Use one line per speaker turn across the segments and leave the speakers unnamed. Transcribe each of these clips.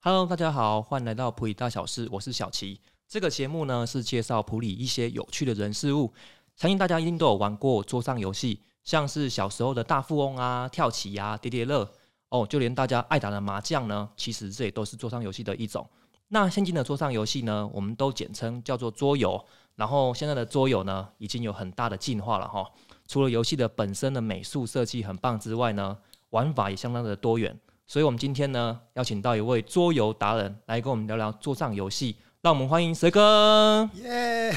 Hello，大家好，欢迎来到普里大小事，我是小齐。这个节目呢是介绍普里一些有趣的人事物，相信大家一定都有玩过桌上游戏，像是小时候的大富翁啊、跳棋啊、叠叠乐哦，就连大家爱打的麻将呢，其实这也都是桌上游戏的一种。那现今的桌上游戏呢，我们都简称叫做桌游。然后现在的桌游呢，已经有很大的进化了哈。除了游戏的本身的美术设计很棒之外呢，玩法也相当的多元。所以，我们今天呢，邀请到一位桌游达人来跟我们聊聊桌上游戏。让我们欢迎蛇 哥，
耶！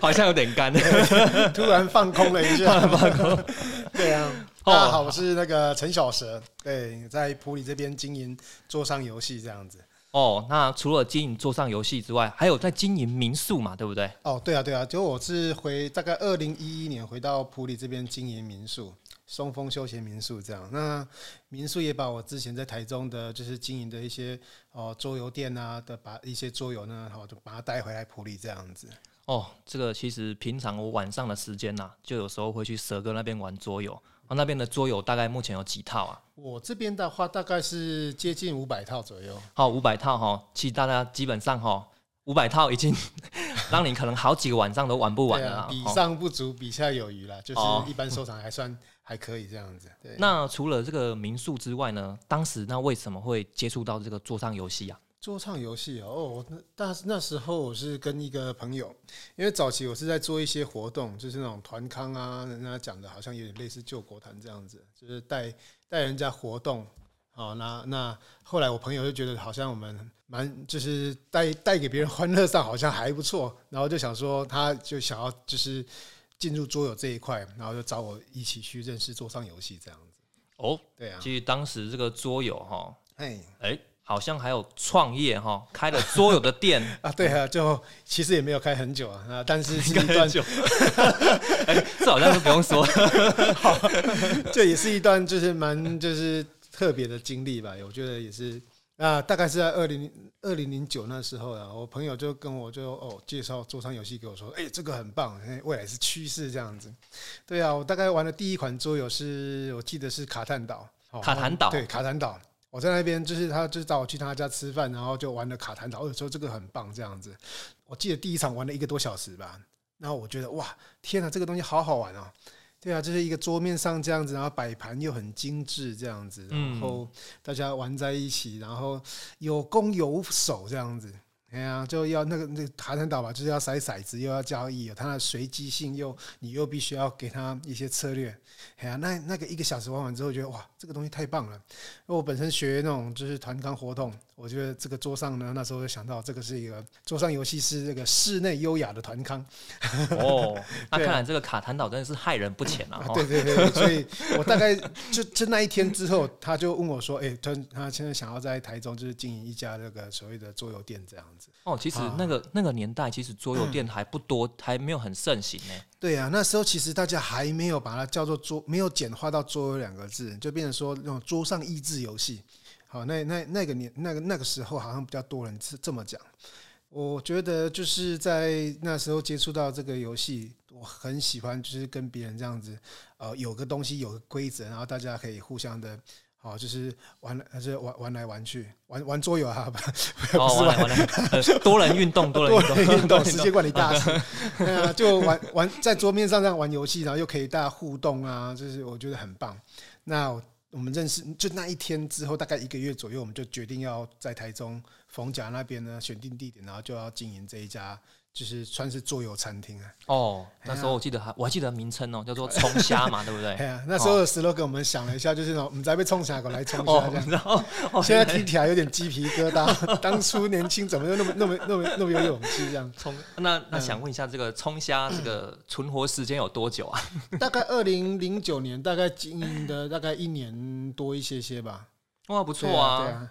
好像有点干。
突然放空了一下，放空。对啊，
哦
大家好，我是那个陈小蛇，对，在普里这边经营桌上游戏这样子。
哦，那除了经营桌上游戏之外，还有在经营民宿嘛，对不对？
哦，对啊，对啊，就我是回大概二零一一年回到普里这边经营民宿，松风休闲民宿这样。那民宿也把我之前在台中的就是经营的一些哦桌游店啊的，把一些桌游呢，哦好就把它带回来普里这样子。
哦，这个其实平常我晚上的时间呐、就有时候会去蛇哥那边玩桌游。啊，那边的桌游大概目前有几套啊？
我这边的话，大概是接近五百套左右。
好，五百套哈。其实大家基本上哈，五百套已经 让你可能好几个晚上都玩不完
对
了
啊
啦、
比
哦
上不足，比下有余啦，就
哦
是一般收藏还算 还可以这样子。对，
那除了这个民宿之外呢，当时那为什么会接触到这个桌上游戏啊？
桌上游戏哦，哦那那那时候我是跟一个朋友，因为早期我是在做一些活动，就是那种团康啊，人家讲的好像有点类似救国团这样子，就是带带人家活动。好，那那后来我朋友就觉得好像我们蛮就是带带给别人欢乐上好像还不错，然后就想说他就想要就是进入桌游这一块，然后就找我一起去认识桌上游戏这样子。
哦，
对啊，
其实当时这个桌游哈，
哎，
哎、好像还有创业哈，开了桌游的店
啊，对啊，就其实也没有开很久啊，啊 但是是一段
很久。哎、这好像就不用 说。
这也是一段就是蛮就是特别的经历吧，我觉得也是。那大概是在二零二零零九那时候啊，我朋友就跟我就哦介绍桌上游戏给我说，哎、这个很棒，哎未来是趋势这样子。对啊，我大概玩的第一款桌游是我记得是卡坦岛，哦
卡坦岛
对卡坦岛。我在那边就是他，就是找我去他家吃饭，然后就玩了卡坦岛，我说这个很棒这样子。我记得第一场玩了一个多小时吧，然后我觉得哇，天啊，这个东西好好玩哦！对啊，就是一个桌面上这样子，然后摆盘又很精致这样子，
嗯
然后大家玩在一起，然后有攻有守这样子。哎呀、就要那个那个卡坦岛吧，就是要甩骰子，又要交易，有它的随机性又，你又必须要给它一些策略。哎呀、那那个一个小时玩完之后，觉得哇，这个东西太棒了。因为我本身学那种就是团康活动，我觉得这个桌上呢，那时候就想到这个是一个桌上游戏是这个室内优雅的团康。
哦， 那看
对啊
来这个卡坦岛真的是害人不浅啊！
啊，
哈
对对对，所以我大概就就那一天之后，他就问我说：“哎、他他现在想要在台中就是经营一家那个所谓的桌游店这样子。
哦，其实
啊
那个、那个年代，其实桌游店还不多，还没有很盛行呢。”
对啊，那时候其实大家还没有把它叫做桌，没有简化到桌游两个字，就变成说那种桌上益智游戏。好，那那那个年那个那个时候好像比较多人是这么讲。我觉得就是在那时候接触到这个游戏，我很喜欢，就是跟别人这样子，呃，有个东西有个规则，然后大家可以互相的，好、就是玩，就是玩玩来玩去，玩玩桌游啊， 不
哦，完了完 了，呃多人运动，多人
多
运动，
人运 动，时间管理大师，对啊，就玩玩在桌面上这样玩游戏，然后又可以大家互动啊，就是我觉得很棒。那我我们认识就那一天之后，大概一个月左右，我们就决定要在台中逢甲那边呢选定地点，然后就要经营这一家，就是算是桌游餐厅啊。
哦，那时候我记得还我还记得名称哦，叫做冲虾嘛，对不对
哎？呀，那时候的 slogan 我们想了一下，就是那种我们再被冲下狗来冲
哦
下这，样。
然后哦，
现在听起来有点鸡皮疙瘩，当初年轻怎么就那么那么那么那么有勇气这样？
冲那
嗯
那想问一下，这个冲虾这个存活时间有多久啊？
大概二零零九年，大概经营的大概一年多一些些吧。
哇，不错
对对
啊，
啊，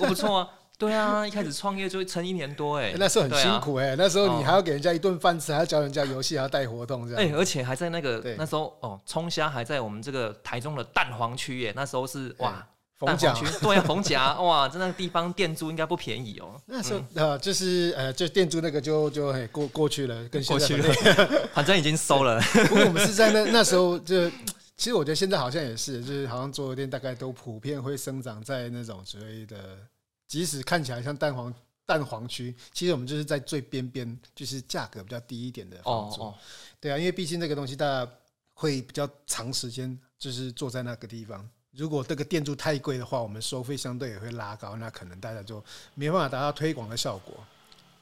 我不错啊， 对啊，一开始创业就撑一年多哎
欸， 那时候很
对啊
辛苦哎、那时候
哦
你还要给人家一顿饭吃，还要教人家游戏，还要带活动这
哎
样。，
而且还在那个
对
那时候哦，冲虾还在我们这个台中的蛋黄区耶，那时候是哇，
逢哎甲
蛋黄区 对啊，逢甲哇，在那个地方店租应该不便宜哦。
那时候呃，就是呃，就店主那个就就嘿过过去了，跟
过
现在
去
很
了，反正已经收了。
不过我们是在那那时候就其实我觉得现在好像也是，就是好像桌游店大概都普遍会生长在那种所谓的，即使看起来像蛋黄蛋黄区，其实我们就是在最边边，就是价格比较低一点的房
哦
租。
哦，
对啊，因为毕竟这个东西大家会比较长时间就是坐在那个地方。如果这个店租太贵的话，我们收费相对也会拉高，那可能大家就没办法达到推广的效果。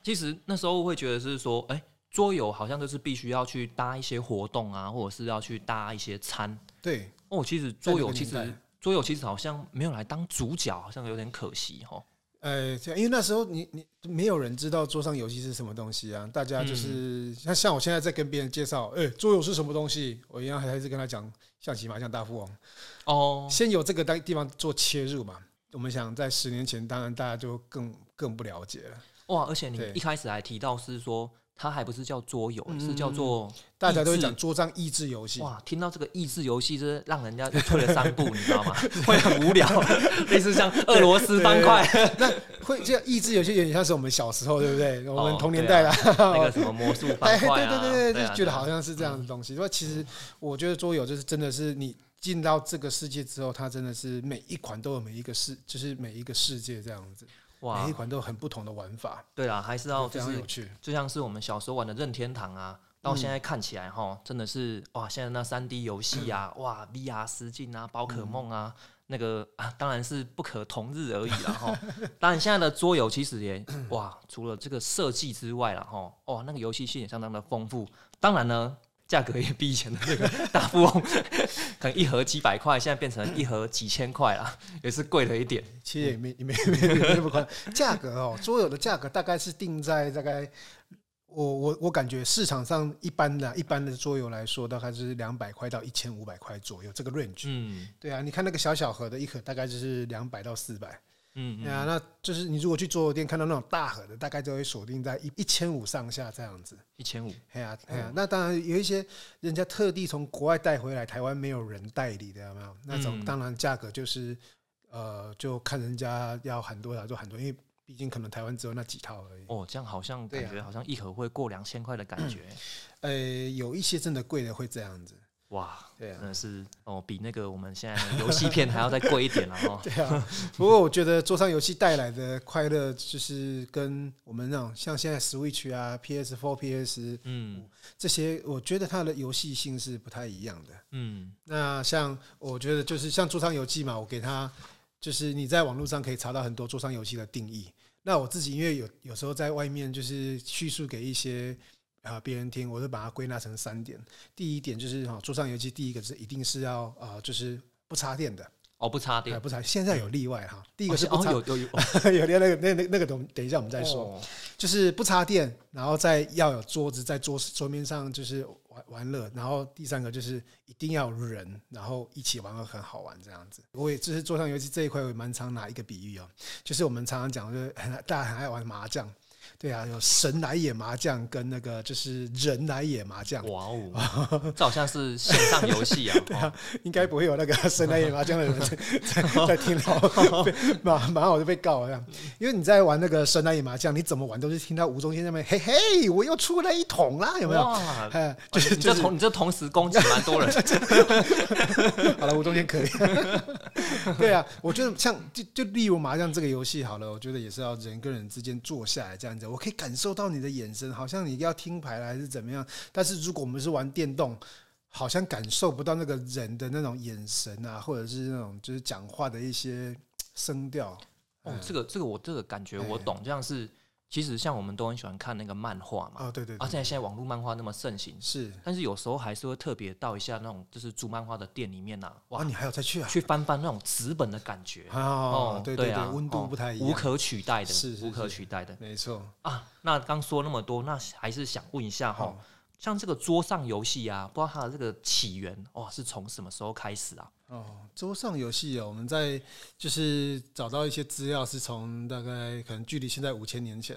其实那时候会觉得是说，哎、桌游好像就是必须要去搭一些活动啊，或者是要去搭一些餐。
对，
哦，其实
在那
桌
个
游其
年代
实桌游其实好像没有来当主角，好像有点可惜哦。
呃，这样因为那时候你你没有人知道桌上游戏是什么东西啊，大家
嗯
就是像、像我现在在跟别人介绍，哎、桌游是什么东西，我一样还是跟他讲象棋、麻将、大富翁，
哦，
先由这个当地方做切入嘛。我们想在十年前，当然大家就更更不了解了，
哇！而且你
对
一开始还提到是说，它还不是叫桌游，
嗯
是叫做
大家都会
益
讲
智
桌上益智游戏，
哇！听到这个益智游戏，就是让人家又退了三步，你知道 吗？会很无聊，类似像俄罗斯方块
会这样益智游戏有点像是我们小时候，对不对？我们
哦
同年
对啊
代啦，
那个什么魔术方
哎，对
块
对
啊，
对
对
对，
啊，
就觉得好
对啊。
像是这样的东西。那、其实我觉得桌游就是真的是你进到这个世界之后，它真的是每一款都有每一个世，就是每一个世界这样子，每一
哇，
款都有很不同的玩法，
对啦，还是要
非
就
常有
是
趣。
就像是我们小时候玩的任天堂啊，到现在看起来哈，真的是哇，现在那三 D 游戏啊，哇，VR 实境啊，宝可梦啊，那个啊，当然是不可同日而语了哈。 当然，现在的桌游其实也哇，除了这个设计之外了哈，哦，那个游戏性也相当的丰富。当然呢。价格也比以前的这个大富翁， 可能一盒几百块，现在变成一盒几千块啦，也是贵了一点。
其实也没也没没没没那么宽，价格哦，桌游的价格大概是定在大概。我我我感觉市场上一般的一般的桌游来说，大概就是两百块到一千五百块左右这个 range。
嗯
对啊，你看那个小小盒的一盒大概就是两百到四百，
嗯嗯，
对啊，那就是你如果去桌游店看到那种大盒的，大概就会锁定在一一千五上下这样子。
一千五
哎呀，哎呀，
哦
那当然有一些人家特地从国外带回来，台湾没有人代理的，有没有？那种
嗯
当然价格就是，呃，就看人家要喊多少就喊多少，因为毕竟可能台湾只有那几套而已。
哦，这样好像
对
感
啊
觉好像一盒会过两千块的感觉，
呃，有一些真的贵的会这样子。
哇，
对啊
真，的是哦，比那个我们现在的游戏片还要再贵一点了哦。
对啊，不过我觉得桌上游戏带来的快乐，就是跟我们那种像现在 Switch 啊、PS Four、PS
嗯
这些，我觉得它的游戏性是不太一样的。
嗯，
那像我觉得就是像桌上游记嘛，我给它就是你在网络上可以查到很多桌上游戏的定义。那我自己因为有有时候在外面就是叙述给一些啊别、人听，我就把它归纳成三点。第一点就是哈、桌上游戏，第一个是一定是要啊、呃就是不插电的，
哦，不插
呃
电，
不插。现在有例外哈、第一
哦
个是不
哦
插，
有有有，
有例外那个那那那个等等一下我们再说。
哦
就是不插电，然后再要有桌子在桌桌面上就是玩玩乐，然后第三个就是一定要有人，然后一起玩会很好玩这样子。我也就是桌上游戏这一块，我也蛮常拿一个比喻哦，就是我们常常讲，就是很大家很爱玩麻将，对啊，有神来也麻将跟那个就是人来也麻将，
哇哦，这好像是线上游戏 啊。哦
应该不会有那个 神来也麻将的人在在在听到，被马马上我就被告了这样。因为你在玩那个神来也麻将，你怎么玩都是听到吴宗宪那边嘿嘿，我又出了一桶啦，有没有？
哇，
哎，就是
哦你
就
这
是
同你这同时攻击蛮多人，
好了，吴宗宪可以。 对啊，我觉得像就就例如麻将这个游戏好了，我觉得也是要人跟人之间坐下来这样子，我可以感受到你的眼神，好像你要听牌了还是怎么样。但是如果我们是玩电动，好像感受不到那个人的那种眼神啊，或者是那种就是讲话的一些声调。
哦，这个这个我这个感觉
哎
我懂，这样是其实像我们都很喜欢看那个漫画嘛，
哦，对对
而
对，
且现在网络漫画那么盛行，
是
但是有时候还是会特别到一下那种就是租漫画的店里面呐，
哇，
哇，
你还有再去啊？
去翻翻那种纸本的感觉。
哦，对
对
对
啊，，
温度
哦
不太一
无
样，
可取代的，
是是
无可
是
取代的
没错。
啊。那刚说那么多，那还是想问一下哈，
好，
像这个桌上游戏啊，不知道它的这个起源哇是从什么时候开始啊？
哦，桌上游戏哦，我们在就是找到一些资料，是从大概可能距离现在五千年前，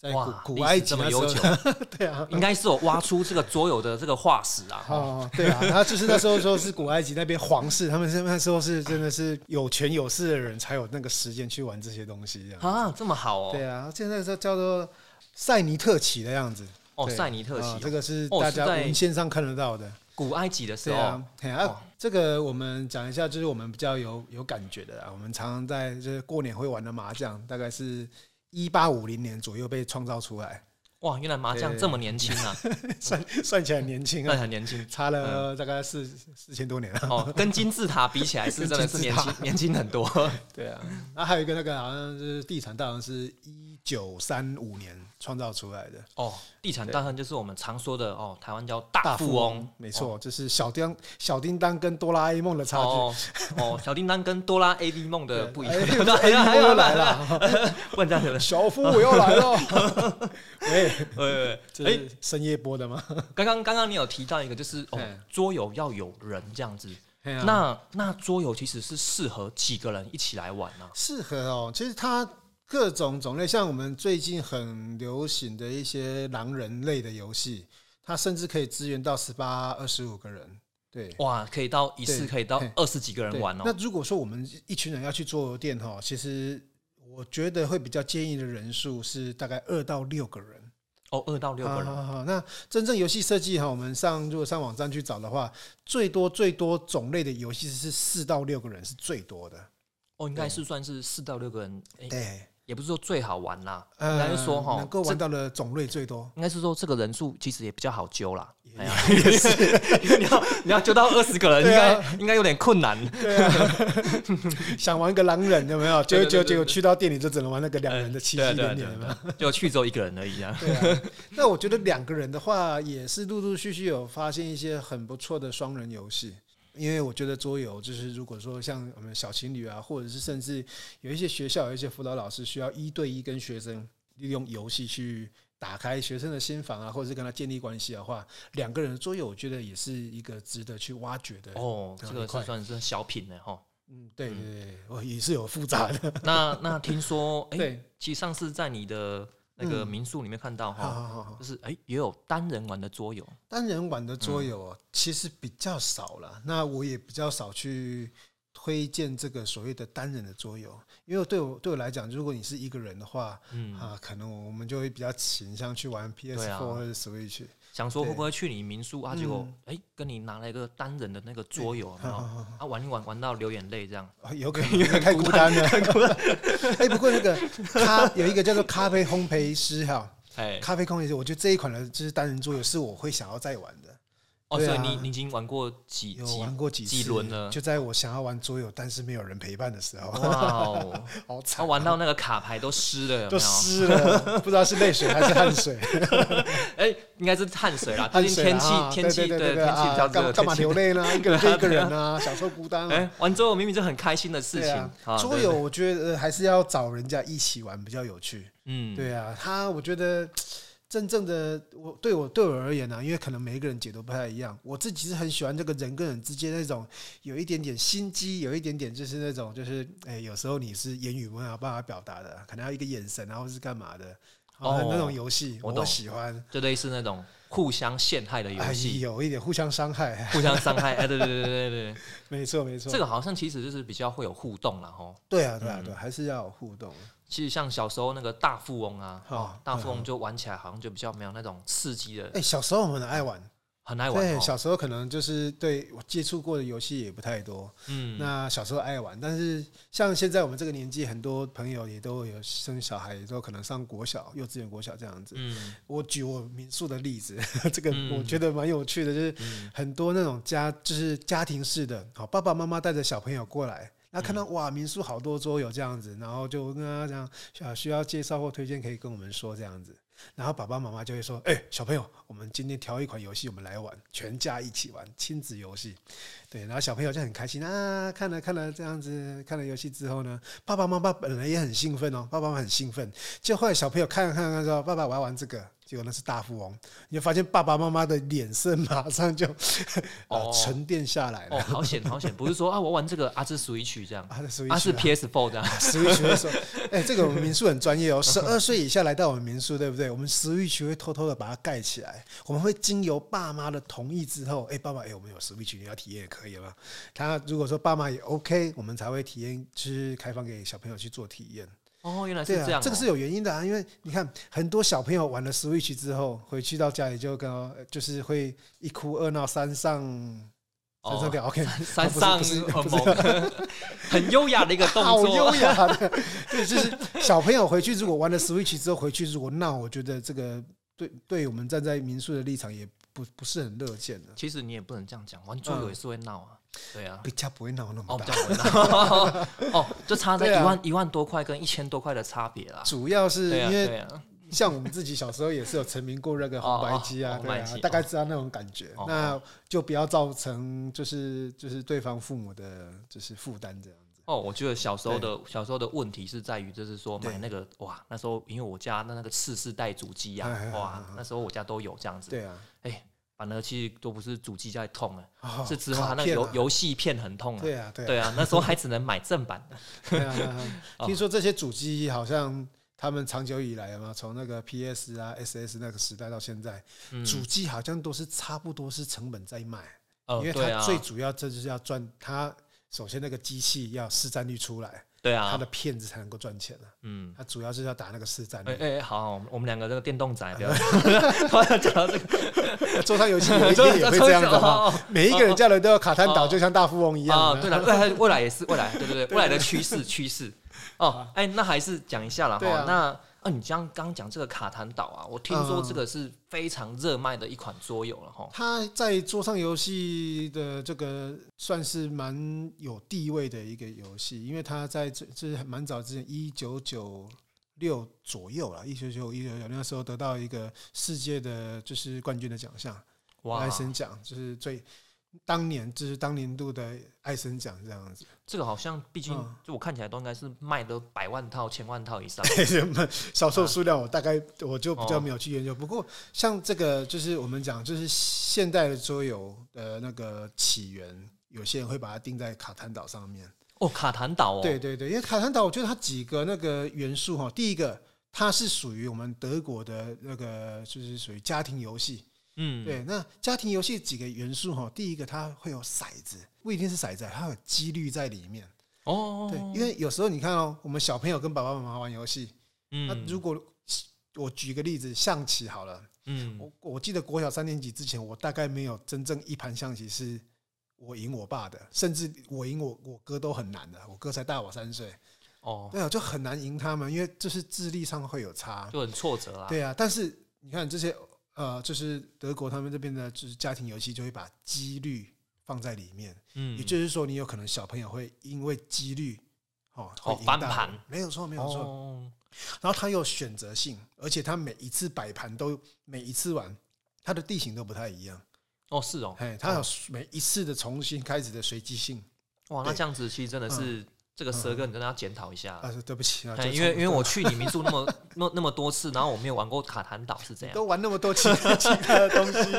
在古
哇，历
古
史
埃及
这么
那时
悠
候，
久，
对啊，
应该是有挖出这个桌游的这个化石啊。哦
哦，对啊，然后就是那时候说是古埃及那边皇室，他们是那时候是真的是有权有势的人才有那个时间去玩这些东西啊，
啊，这么好哦！
对啊，现在是叫做塞尼特旗的样子，
哦，
对
塞尼特
啊
奇
这个是
哦
大
是
家
在
文献上看得到的，
古埃及的时
对
候，
啊，嘿
哇
啊，这个我们讲一下，就是我们比较有有感觉的啊。我们常常在就是过年会玩的麻将，大概是一八五零年左右被创造出来，
哇，原来麻将
对
这么年轻 啊，
算算起来很年轻
那
啊，
很年轻。
差了大概四四千多年了。
哦，跟金字塔比起来是真的是年轻年轻很多。
对啊，那还有一个那个好像就是地产大行是一九三五年创造出来的
哦，地产大亨就是我们常说的哦，台湾叫大富翁，
没错，这是小叮小叮当跟哆啦 A 梦的差距。
哦哦，小叮当跟哆啦 A 梦的 不一 样，
哎哆啦 A 梦又 来，了，
不然这样子了。
小夫我又来了。喂，
呃，
这
哎，
是深夜播的吗？
刚刚刚刚你有提到一个，就是哦
嗯，
桌游要有人这样子。
嘿啊
那那桌游其实是适合几个人一起来玩呢？
适合哦，其实它各种种类，像我们最近很流行的一些狼人类的游戏，它甚至可以支援到十八、二十五个人。对，
哇，可以到一次
对
可以到
嘿
二十几个哦人
对
玩
那
哦。
如果说我们一群人要去桌游店哈，其实我觉得会比较建议的人数是大概二到六个人。
哦，二到六个
好
人，
好好，那真正游戏设计哈，我们上如果上网站去找的话，最多最多种类的游戏是四到六个人是最多的。
哦，应该是算是四到六个人，哎
对，
也不是说最好玩啦，应该
呃，
是说哦哈
能够
这
玩到的种类最多。
应该是说这个人数其实也比较好揪啦。哎呀，
也是，
因为你要你要揪到二十个人，应
对啊
该应该有点困难。
对啊， 想玩个狼人有没有？结
对对对对
果结果
哎
结果去到店里就只能玩那个两人的七七
对啊对对
点点有没有，
对，就去只有一个人而已 啊。
对啊。那我觉得两个人的话，也是陆陆续续有发现一些很不错的双人游戏。因为我觉得桌游就是，如果说像我们小情侣啊，或者是甚至有一些学校有一些辅导老师需要一对一跟学生利用游戏去打开学生的心房啊，或者是跟他建立关系的话，两个人的桌游我觉得也是一个值得去挖掘的。
哦，这个
啊很快
是算是小品呢哈。
嗯，对对对，我也是有复杂的。
那那听说， 哎，
对，嗯
其实上次在你的那个民宿里面看到
好
哈，
好好好，
就是哎也有单人玩的桌游。
单人玩的桌游哦，其实比较少了。那我也比较少去推荐这个所谓的单人的桌游，因为对我对我来讲，如果你是一个人的话，
嗯，
啊，可能我们就会比较倾向去玩 PS4、
啊
或者 Switch。
想说会
对
不会去你民宿啊？
嗯
结果哎跟你拿了一个单人的那个桌游，有没有
好好
啊玩一玩玩到流眼泪这样。
啊，有可能因为太孤单了。 哎、不过那个咖有一个叫做咖啡烘焙师哈，
哎，
咖啡烘焙师，我觉得这一款的就是单人桌游是我会想要再玩的。
哦，
对
所以
啊
你你已经玩过几
有
几
玩过几次
几轮了
就在我想要玩桌游，但是没有人陪伴的时候，
哇哦，
好
他
惨，
玩到那个卡牌都湿了，有没
就
有？
湿了，不知道是泪水还是汗水，
哎，应该是汗水啦， 最
汗
近
水
天
啦
气
啊
天气
对
对
对
天气比较
啊干嘛
热，
干嘛
天气
流泪 呢？一个人就一个人啊，享受孤单啊。
哎，玩桌游明明就很开心的事
对
情
啊，
啊
桌游，我觉得呃还是要找人家一起玩比较有趣。
嗯，
对啊，他我觉得真正的我对我对我而言呢、啊因为可能每一个人解读不太一样，我自己是很喜欢这个人跟人之间那种有一点点心机，有一点点就是那种就是哎，有时候你是言语没有办法表达的，可能要一个眼神啊，或是干嘛的，
哦
哦，那种游戏
我
我
懂
喜欢，
就类似那种互相陷害的游
哎，
戏，
有一点互相伤害，
互相伤害。哎，对对对对对对，
没错没错，
这个嗯好像其实就是比较会有互动啦。吼。
对啊对啊对啊，还是要有互动，
其实像小时候那个大富翁啊，哦
哦，
大富翁就玩起来好像就比较没有那种刺激的，
哎，小时候我们很爱玩，
很爱玩
对，
哦。
小时候可能就是对我接触过的游戏也不太多，
嗯，
那小时候爱玩，但是像现在我们这个年纪，很多朋友也都有生小孩，也都可能上国小、幼稚园、国小这样子。
嗯
我举我民宿的例子， 这个
嗯
我觉得蛮有趣的，就是
嗯
很多那种家就是家庭式的，好爸爸妈妈带着小朋友过来。那看到
嗯
哇，民宿好多桌游这样子，然后就跟他讲，啊需要介绍或推荐可以跟我们说这样子，然后爸爸妈妈就会说，哎、小朋友，我们今天挑一款游戏，我们来玩，全家一起玩亲子游戏，对，然后小朋友就很开心啊，看了看了这样子，看了游戏之后呢，爸爸妈妈本来也很兴奋哦，爸爸妈妈很兴奋，就后来小朋友看了看了看说，爸爸我要玩这个，结果那是大富翁，你就发现爸爸妈妈的脸色马上就 呃
哦
沉淀下来了。
哦，好险好险，不是说啊我玩这个啊是 Switch 这样，
啊，那属于
啊是 PS4 这样，
Switch 会说， 哎、这个我们民宿很专业哦，十二岁以下来到我们民宿，对不对？我们 Switch 会偷偷的把它盖起来，我们会经由爸妈的同意之后，哎、爸爸，哎、我们有 Switch，你要体验也可以吗？他如果说爸妈也 OK，我们才会体验，就是开放给小朋友去做体验。
哦，原来是
对
这样、
啊，这个是有原因的啊，因为你看很多小朋友玩了 Switch 之后，回去到家里就跟呃就是会一哭二闹三上三上
哦
吊、OK，
山
不
上
是不是
猛， 很优雅的一个动
好优
作。
雅的， 对，就是小朋友回去如果玩了 Switch 之后回去如果闹，我觉得这个对对我们站在民宿的立场也不不是很乐见的，
其实你也不能这样讲，玩桌游也是会闹啊，对啊。
比嗯较不会闹那么
哦，
大。
这样会闹 哦，就差在
对啊
一万一万多块跟一千多块的差别啦。
主要是
对啊，
因为
对啊，
像我们自己小时候也是有沉迷过那个红白机
哦
啊
哦，
对
红白机
啊
哦，
大概知道那种感觉
哦哦，
那就不要造成就是就是对方父母的就是负担这样。
哦，我觉得小时候的小时候的问题是在于，就是说
对
买那个哇，那时候因为我家那那个次世代主机呀
哎哎，哎
哇
哎，
那时候我家都有这样子，
对啊，
反而其实都不是主机在痛了，
哦
是之后它那个
卡片啊
游游戏片很痛啊。
对啊对啊
对啊，那时候还只能买正版的。
对啊 对啊，
哦
听说这些主机好像。他们长久以来嘛，从那个 PS 啊、SS 那个时代到现在，
嗯
主机好像都是差不多是成本在卖，
呃
因为
对
它
啊
最主要这就是要赚它。首先，那个机器要市占率出来，
对
它
啊
的，片子才能够赚钱啊。
嗯。
它主要是要打那个市占率
哎。 哎，好，我们两个这个电动 仔，不要突然讲到这个，
桌上游戏有一天也会这样的
哦
哈
哦哦，
每一个人家人都要卡滩
哦
岛，就像大富翁一样
啊，
的
对了，未来未来也是未来，对对对，未来的趋势趋势。哦，哎，那还是讲一下啦。
啊对
哈
啊。
那啊，你刚刚讲这个卡坦岛啊，我听说
嗯
这个是非常热卖的一款桌游了哈。
他在桌上游戏的这个算是蛮有地位的一个游戏，因为他在这这是蛮早之前，一九九六左右啦，一九九一九九那时候得到一个世界的就是冠军的奖项，
哇
艾，森奖，就是最当年就是当年度的艾森奖这样子。
这个好像毕竟
嗯
就我看起来都应该是卖的百万套、千万套以上。
人们销售数量，我大概我就比较
哦
没有去研究。不过像这个，就是我们讲，就是现代的桌游的那个起源，有些人会把它定在卡坦岛上面。
哦，卡坦岛哦，
对对对，因为卡坦岛，我觉得它几个那个元素哈，第一个。它是属于我们德国的那个，就是属于家庭游戏。
嗯，
对，那家庭游戏几个元素哈，第一个它会有骰子，不一定是骰子，它有几率在里面。
哦，
对，因为有时候你看哦，我们小朋友跟爸爸妈妈玩游戏，那
嗯
如果我举个例子，象棋好了，
嗯
我我记得国小三年级之前，我大概没有真正一盘象棋是我赢我爸的，甚至我赢我我哥都很难的，我哥才大我三岁，
哦，
对啊，就很难赢他们，因为就是智力上会有差，
就很挫折啊。
对啊，但是你看这些呃，就是德国他们这边的就是家庭游戏就会把几率放在里面，
嗯
也，就是说你有可能小朋友会因为几率。哦，会
哦
赢
翻
大人
盘
没有错，没有错。
哦，
然后它有选择性，而且它每一次摆盘都每一次玩，它的地形都不太一样。
哦是哦，
哎，它有每一次的重新开始的随机性
哇，那
对嗯
这样子其实真的是这个蛇哥，你真的要检讨一下。
啊！对不起啊，
哎
就
因为因为
重
我去你民宿那 么那那么多次，然后我没有玩过卡坦岛是怎样？
都玩那么多其他其他的 东西，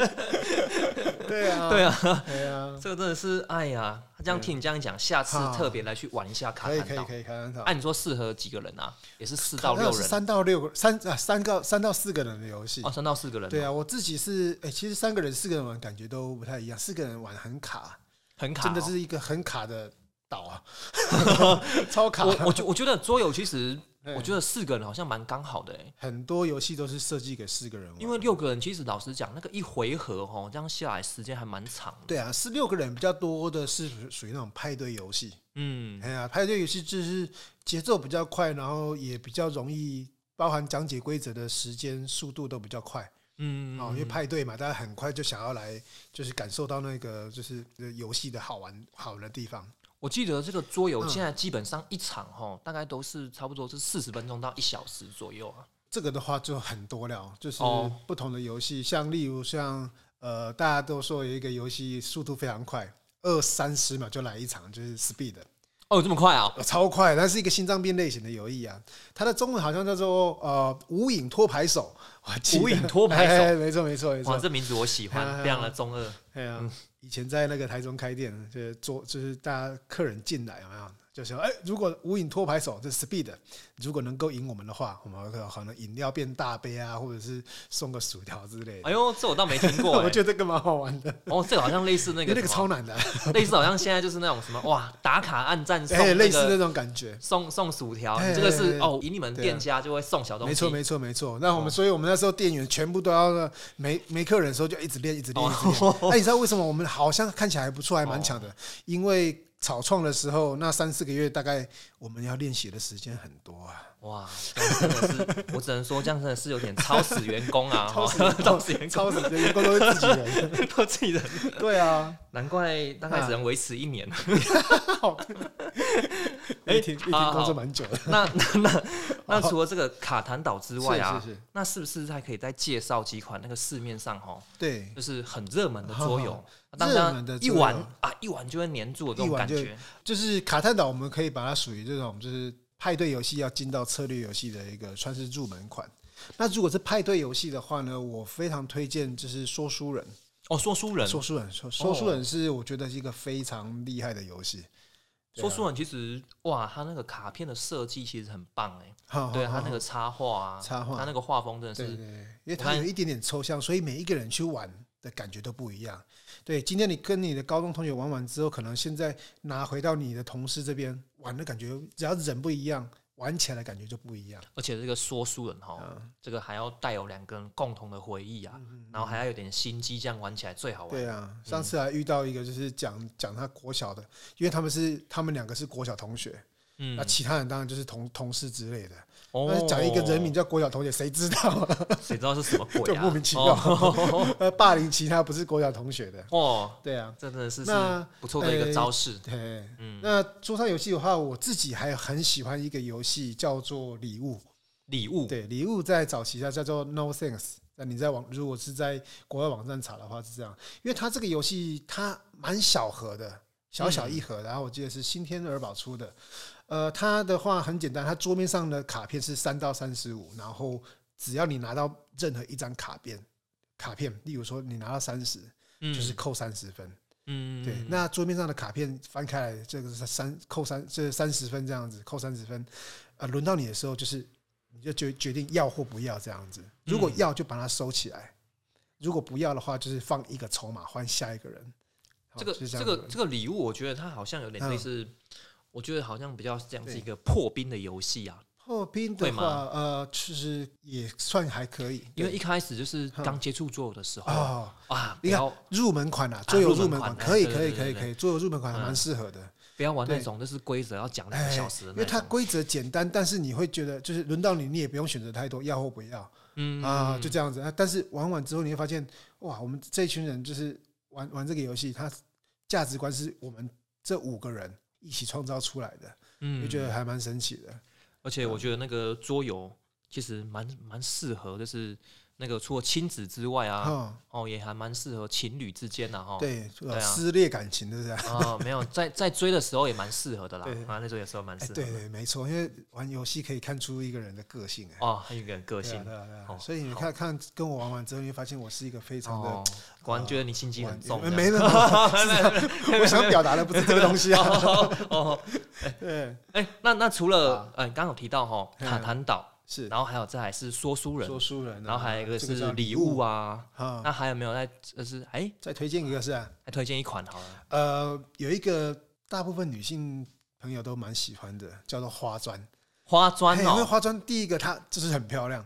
对啊，
对
啊，
啊，
对 啊，
这个真的是哎呀，这样听你这样讲，下次
好
特别来去玩一下卡
可以可
坦
以
岛。
可以，看到
按你说适合几个人啊？也是四到六人
三到六个三啊三个三到四个人的游戏
哦，。三到四个人哦，
对啊，我自己是哎、其实三个人、四个人玩感觉都不太一样，四个人玩很卡，
很卡哦。
真的是一个很卡的岛 啊，超卡。
我我觉我觉得桌游其 实
哎
我觉得四个人好像蛮刚好的哎，
很多游戏都是设计给四个人玩，
因为六个人其实老实讲，那个一回合哦，这样下来时间还蛮长的。
对啊，是六个人比较多的是属属于那种派对游戏。
嗯，
哎呀，派对游戏就是节奏比较快，然后也比较容易，包含讲解规则的时间速度都比较快
嗯，
哦，因为派对嘛，大家很快就想要来，就是感受到那个就是呃游戏的好玩好玩的地方。
我记得这个桌游
嗯
现在基本上一场哦，大概都是差不多是四十分钟到一小时左右啊。
这个的话就很多了，就是
哦
不同的游戏，像例如像呃，大家都说有一个游戏速度非常快，二三十秒就来一场，就是 Speed 的。
哦，有这么快啊？
呃超快，它是一个心脏病类型的游戏啊。它的中文好像叫做呃无影托牌手我还记得
无影拖拍手
哎哎没错没错没
哇，嗯
错。
这名字我喜
哎
欢，
呀
非常的中二。
哎呀，以前在那个台中开店，就是做就是大家客人进来有没有？就说哎，如果无影拖牌手这 speed，如果能够赢我们的话，我们可能饮料变大杯啊，或者是送个薯条之类的。
哎呦，这我倒没听过、
我
哎
觉得这个蛮好玩的，
哦，这个好像类似那
因
个
为那个
什么
超难的，
类似，好像现在就是那种什么哇，打卡按赞送、那
哎，
个
类似那种感觉。
送送薯条，
哎
你这个
哎
是
哎
哦，以你们
对啊
店家就会送小东西，
没错，没错，没错。那我
哦
们，所以我们那时候店员全部都要没没客人的时候就一直练，一直练，一直
哦
练。 那你知道为什么我们好像看起来还不错，还蛮强的？因为草创的时候那三四个月，大概我们要练习的时间很多啊。
哇，这样真的是， 我只能说这样真的是有点超死员工啊，
超
哦
死
超死员
超死的员工都是自 己人。
工，都自己人，
对啊，
难怪大概只能维持一年。 哎
一天一天
好好
工作蛮久的。
那那那 那除了这个卡坦岛之外啊，
哦是是是
那是不是还可以再介绍几款那个市面上哈，
对，
就是很热门的桌游
好？
当
哦热门的
然
桌
一
游
玩啊，一玩就会黏住的这
一
种
玩
感
就
觉。
就是卡坦岛，我们可以把它属于这种就是派对游戏要进到策略游戏的一个算是入门款。那如果是派对游戏的话呢，我非常推荐就是说书人。
哦，说书人，
说书人，说说书人是我觉得是一个非常厉害的游戏。对啊
说书人其实哇，他那个卡片的设计其实很棒哎，
好
对
好
他
好
那个插画啊，
哦插画
他那个画风真的
对对
是
对，因为
我
它
看
有一点点抽象，所以每一个人去玩的感觉都不一样。对，今天你跟你的高中同学玩完之后，可能现在拿回到你的同事这边玩的感觉，只要人不一样，玩起来的感觉就不一样。
而且这个说书人哈，
嗯
这个还要带有两个人共同的回忆啊，然后还要有点心机，这样玩起来最好玩。嗯
对啊，上次还遇到一个就是讲讲他国小的，因为他们是他们两个是国小同学，
嗯
那，其他人当然就是同同事之类的。
哦
那讲一个人名，叫国小同学，谁知道 啊？
谁知道是什么鬼
就
啊？
莫名其妙
哦
呃， 霸凌其他不是国小同 学的。
哦，
对啊，
这真的是
那呃
是不错的一个招式。
对，
嗯，
那桌上游戏的话，我自己还很喜欢一个游戏叫做礼物。
礼物
对，礼物在早期啊它叫做 No Thanks。那你在网如果是在国外网站查的话是这样，因为它这个游戏它蛮小盒的，小小一盒，然后我记得是新天鹅堡出的。呃，它的话很简单，它桌面上的卡片是三到三十五，然后只要你拿到任何一张卡片，卡片，例如说你拿到三十，
嗯
就是扣三十分。
嗯
对，那桌面上的卡片翻开来，这个是三扣三，这三十分这样子，扣三十分。呃，轮到你的时候，就是你就决决定要或不要这样子。
嗯
如果要，就把它收起来；如果不要的话，就是放一个筹码换下一个人。好
这个
就是
这
样嗯
个
子
这个礼物，我觉得它好像有点类似，我觉得好像比较像是一个破冰的游戏啊，
破冰
会
的
吗
话，呃，其实也算还可以，
因为
对嗯
一开始就是刚接触桌游的时候
哦，
啊，不
你看
要
入门款啊，桌游入门
入门款
款
哎
可以，
对
可以，
对
可
对
以，
对
可以，桌游入门款还
嗯
蛮适合的。
不要玩那
对
种就是规则要讲两
哎
个小时的
因为
那
它
种，
规则简单，但是你会觉得，就是轮到你，你也不用选择太多，要或不要
嗯
啊，就这样子。啊但是玩完之后，你会发现，哇，我们这群人就是玩玩这个游戏，它价值观是我们这五个人一起创造出来的，
嗯
就觉得还嗯蛮神奇的。
而且我觉得那个桌游其实蛮蛮适合，就是那个除了亲子之外啊，
哈，
哦，也还蛮适合情侣之间的、啊、哈。
对，
对啊
撕裂感情，对不对？
啊、没有在在追的时候也蛮适合的啦
对，
啊，那时候也时候蛮
哎，
适合的。
对对，没错，因为玩游戏可以看出一个人的个性，哎，
哦，还有一个人个
对
性
啊，对啊，对啊
哦
所以你
好
看看跟我玩完之后，你会发现我是一个非常的
哦，果然觉得你心机很
玩，
重。
没
这样
没没， 我想表达的不是这个东西啊，
哦哦 哦，
对，
哎，那那除了
啊
呃，你刚刚有提到哈
嗯
塔坦岛，
是
然后还有再来是说书人，
说书人啊，
然后还有一个
这
是
叫
礼
礼
物啊，
啊。
那还有没有在就是哎，
再推荐一个是啊，
还推荐一款好了，
呃，有一个大部分女性朋友都蛮喜欢的，叫做花砖。
花砖
嘿因为
哦，
花砖第一个它就是很漂亮，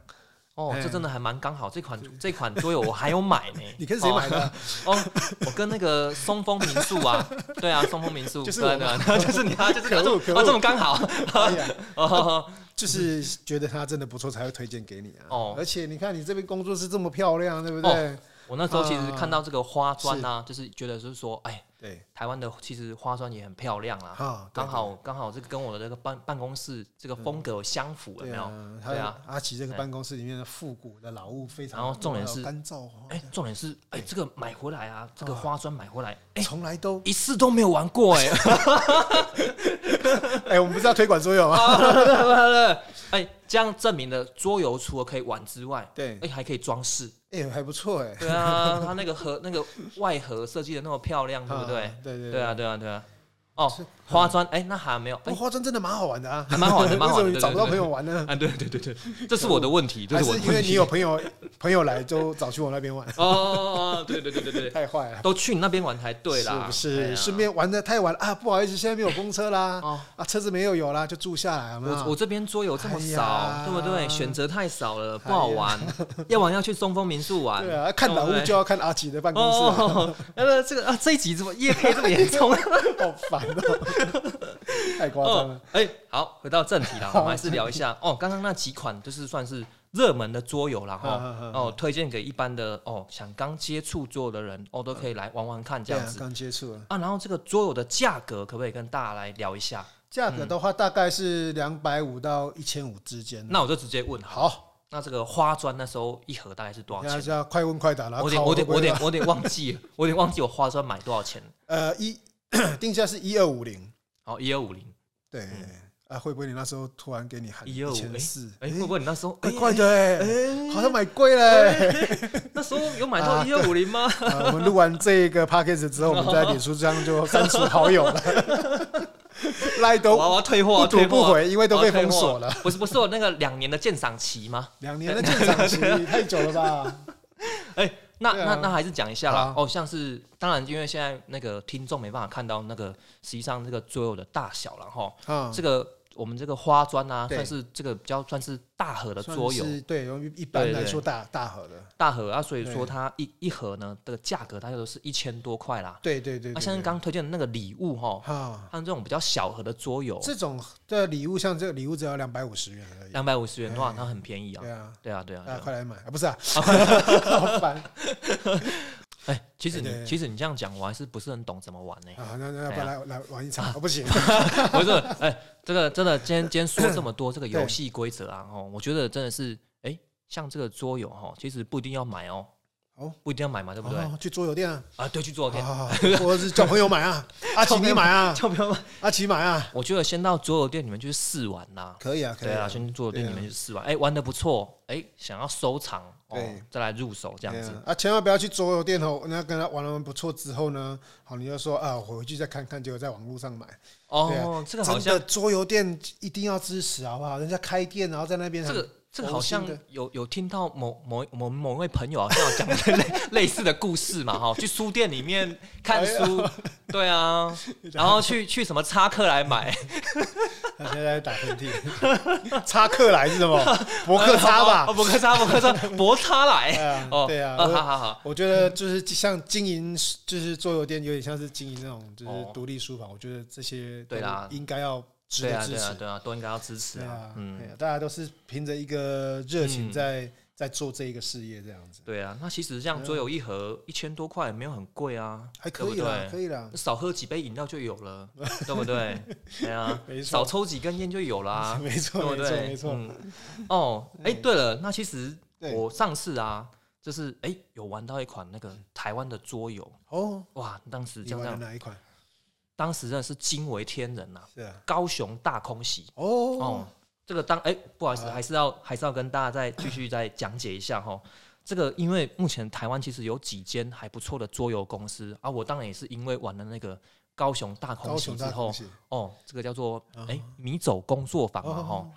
哦，这
哎
真的还蛮刚好，这款这款桌游我还有买呢
。你跟谁买的？
哦？哦，我跟那个松风民宿 啊，对啊，松风民宿，
就是
对
我
啊，对啊 就是你啊，就是你啊，
可恶
这
可
么
恶
啊这么刚好
哎呀
哦，
就是觉得它真的不错才会推荐给你啊。
哦
而且你看你这边工作室这么漂亮，对不对？
我那时候其实看到这个花砖
呃
啊，就是觉得是说，哎，
对，
台湾的其实花砖也很漂亮啊，
啊，对
刚好刚好这个跟我的这个办办公室这个风格相符，有
对
没有？
啊，
对
他
啊
阿奇这个
哎
办公室里面的复古的老屋非常，
然后重点是
哇干燥哦花，
哎，重点是，哎，这个买回来
哦
啊，这个花砖买回来，哎，
从来都
一次都没有玩过， 哎，
哎，我们不是要推广桌游吗？
哦哎，这样证明了桌游除了可以玩之外，
对，
哎，还可以装饰。
哎，还不错哎，
对啊，它那个盒那个外盒设计的那么漂亮，对不对
啊？对对
对啊，对啊，对啊。哦，花砖，哎，那还没有，
不
哎
过，花砖真的蛮好玩的啊，
还蛮好玩的蛮好玩的
为什么你找不到
对对对
朋友玩呢？
啊，对对对对，这是我的问题，这
还
我的
是因为
问
你
题。
有
哦
朋友 朋友来就早去我那边玩，
哦哦，哦对对对对对，
太坏了。
都去你那边玩才对啦，
是不
哎呀
是？顺便玩的太晚了啊，不好意思，现在没有公车啦，
哦
啊，车子没有有啦，就住下来，有没有
我我这边桌游这么
啊哎呀哎
少，对不对？选择太少了，不好玩。要玩要去松风民宿玩。
对啊，看
对
老屋
不对
就要看阿奇的办公室啊，
哦，那个这个啊，这一集怎么夜配这么严重？
好烦哦， 太夸张
哦
了。，
哎、好，回到正题 啦，我们还是聊一下哦。刚刚那几款就是算是热门的桌游啦，哈、
嗯嗯嗯
哦，推荐给一般的哦，想刚接触桌游的人哦，都可以来玩玩看这
对
样
啊，
子
刚接触了，
啊。然后这个桌游的价格可不可以跟大家来聊一下？
价格的话大概是两百五到一千五之间。
那我就直接问好，
好，
那这个花砖那时候一盒大概是多少
那
钱？
就要快问快答了。
我得
考
我得
会不会
我得我得忘记了，我得忘记我花砖买多少钱。
呃一 定价是一二五零，
哦，一二五零，
对
嗯
啊，会不会你那时候突然给你喊
1250
千四？
哎，会不会你那时候
怪
哎、
怪的欸，好像买贵了。
那时候有买到一二五零吗？
啊我们录完这个 podcast 之后，我们在脸书上就删除好友了，赖
我
都
要我要退货，我
不
要退
读
货
不回，因为都被
哦退
封
货
锁了。
不是不是有那个两年的鉴赏期 吗？
两年的鉴赏期太久了吧？
哎、那、
对啊
那那还是讲一下啦。
好
哦，像是当然，因为现在那个听众没办法看到那个实际上这个桌游的大小了哈。
啊，
这个我们这个花砖啊，
对
算是这个比较算是大盒的桌游
算，是对，用一般来说大大盒的，
大盒啊，所以说
对
它一一盒呢这个价格大概都是一千多块啦。
对对对。
那、
对
像刚推荐的那个礼物哈，
啊，
像这种比较小盒的桌游，
这种的礼物，像这个礼物只要两百五十元而已。
两百五十元的话，它很便宜啊
哎对。啊，
对啊，对啊，
大
对
家
啊。
快来买啊！不 是啊，好烦
哎、其实你、
对对对
其实你这样讲，我还是不是很懂怎么玩呢、
啊！那那要不
哎
要来来玩一场？哦，不行，
不是，哎、这个真的，今天今天说这么多这个游戏规则啊，哦，我觉得真的是，哎、像这个桌游哈，其实不一定要买哦，
哦，
不一定要买嘛，对不对？
哦去桌游店啊！
啊，对，去做 OK，
好好好，我是叫朋友 买啊，阿奇你买啊，
就不要买。
阿奇买啊，
我觉得先到桌游店里面去试玩啦，
可以啊，可以
对啊，先去桌游店里面去试玩，哎、玩的不错，哎、想要收藏，哦
对，
再来入手这样
对
子。
啊，啊千万不要去桌游店哦。那跟他玩完不错之后呢，好，你就说啊，我回去再看看，结果在网络上买。对啊
哦，这个好
真的
像，
桌游店一定要支持，好不好？人家开店，然后在那边
这
很
个。这个好
佛心
像
的
有有听到某某某某位朋友好像有讲类类似的故事嘛哈，去书店里面看
哎
书，对 啊，然后去去什么插客来买，
他现在在打喷嚏，插客来是什么？博客 插
哦哦
吧。
博客插，博客插，博插
对
来，
啊
哦，
对啊，
哦好
我
好好，
我觉得就是像经营，就是桌游店，有点像是经营那种就是
哦
独立书房。我觉得这些
对啦
都应该要值
对
得
啊
支
对啊
持。
对啊，都应该要支持
对
啊
啊，，
嗯
对，啊大家都是凭着一个热情
嗯
在在做这一个事业，这样子
对啊，那其实像桌游一盒一千多块，没有很贵啊，
嗯还
对
可
不
以啦，
对？
可以啦。
少喝几杯饮料就有了，对不 对？对啊
没，错
少抽几根烟就有 啦，
没
对
错，
不
没错，
对？
没错。
嗯、哦，哎、对了，那其实
对
我上次啊，就是哎、有玩到一款那个台湾的桌游，
哦，
哇，当时
你
这
玩的
样，
哪一款？
当时真的是惊为天人呐、
是啊，
高雄大空袭哦
哦，，
这个当哎、不好意思，
啊
还是要还是要跟大家再继续再讲解一下哈。这个因为目前台湾其实有几间还不错的桌游公司啊，我当然也是因为玩了那个高雄大空
高
袭
雄
之
大
后
空，袭，
哦，这个叫做
啊
哎米走工作坊嘛
哦
哈，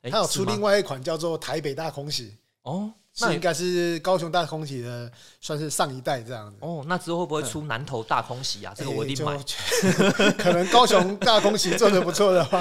哎
他有
是
出
吗
另外一款叫做台北大空袭，
哦，那
那应该是高雄大空袭的，算是上一代这样子。
哦，那之后会不会出南投大空袭啊？这个我一定买
嗯哎。就 可能高雄大空袭做的不错的 话，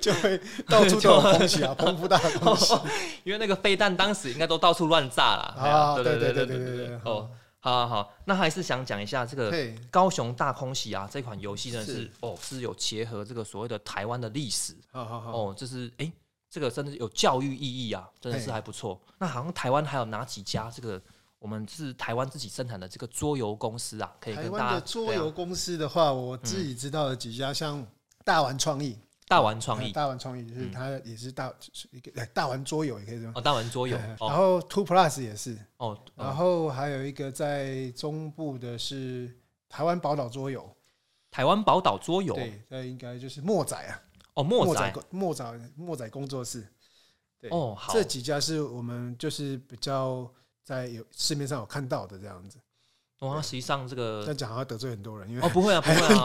就会到处都有空袭啊，澎湖大空 袭。
哦因为那个飞弹当时应该都到处乱炸啦。
啊
哎呀对
对
对
对
对
对
对
对对
哦，好好好，那还是想讲一下这个
对，
高雄大空袭啊，这款游戏真的是
是
哦是有结合这个所谓的台湾的历史
好好好，
哦，就是哎这个真的有教育意义啊，真的是
嘿
还不错。那好像台湾还有哪几家这个我们是台湾自己生产的这个桌游公司啊，可以
台
跟
湾
大
的
家
桌
对啊嗯
游公司的话，我自己知道的几家，像大玩创意，呃
大玩创意
哎
嗯
大玩创意就是它也是大是一个哎大玩桌游也可以这么。
哦，大玩桌 游
哎然
哦
后 Two Plus 也是，
哦，
然
嗯
后还有一个在中部的是台湾宝岛桌游，
台湾宝岛桌游
对，那应该就是莫仔啊，
哦，
莫
莫
仔
仔
工莫仔莫仔工作室，对
哦，好
这几家是我们就是比较在有市面上有看到的这样子。
哦，那实际上这
这
个
样讲好像得罪很多人，因为
哦，不 会啊，不会啊，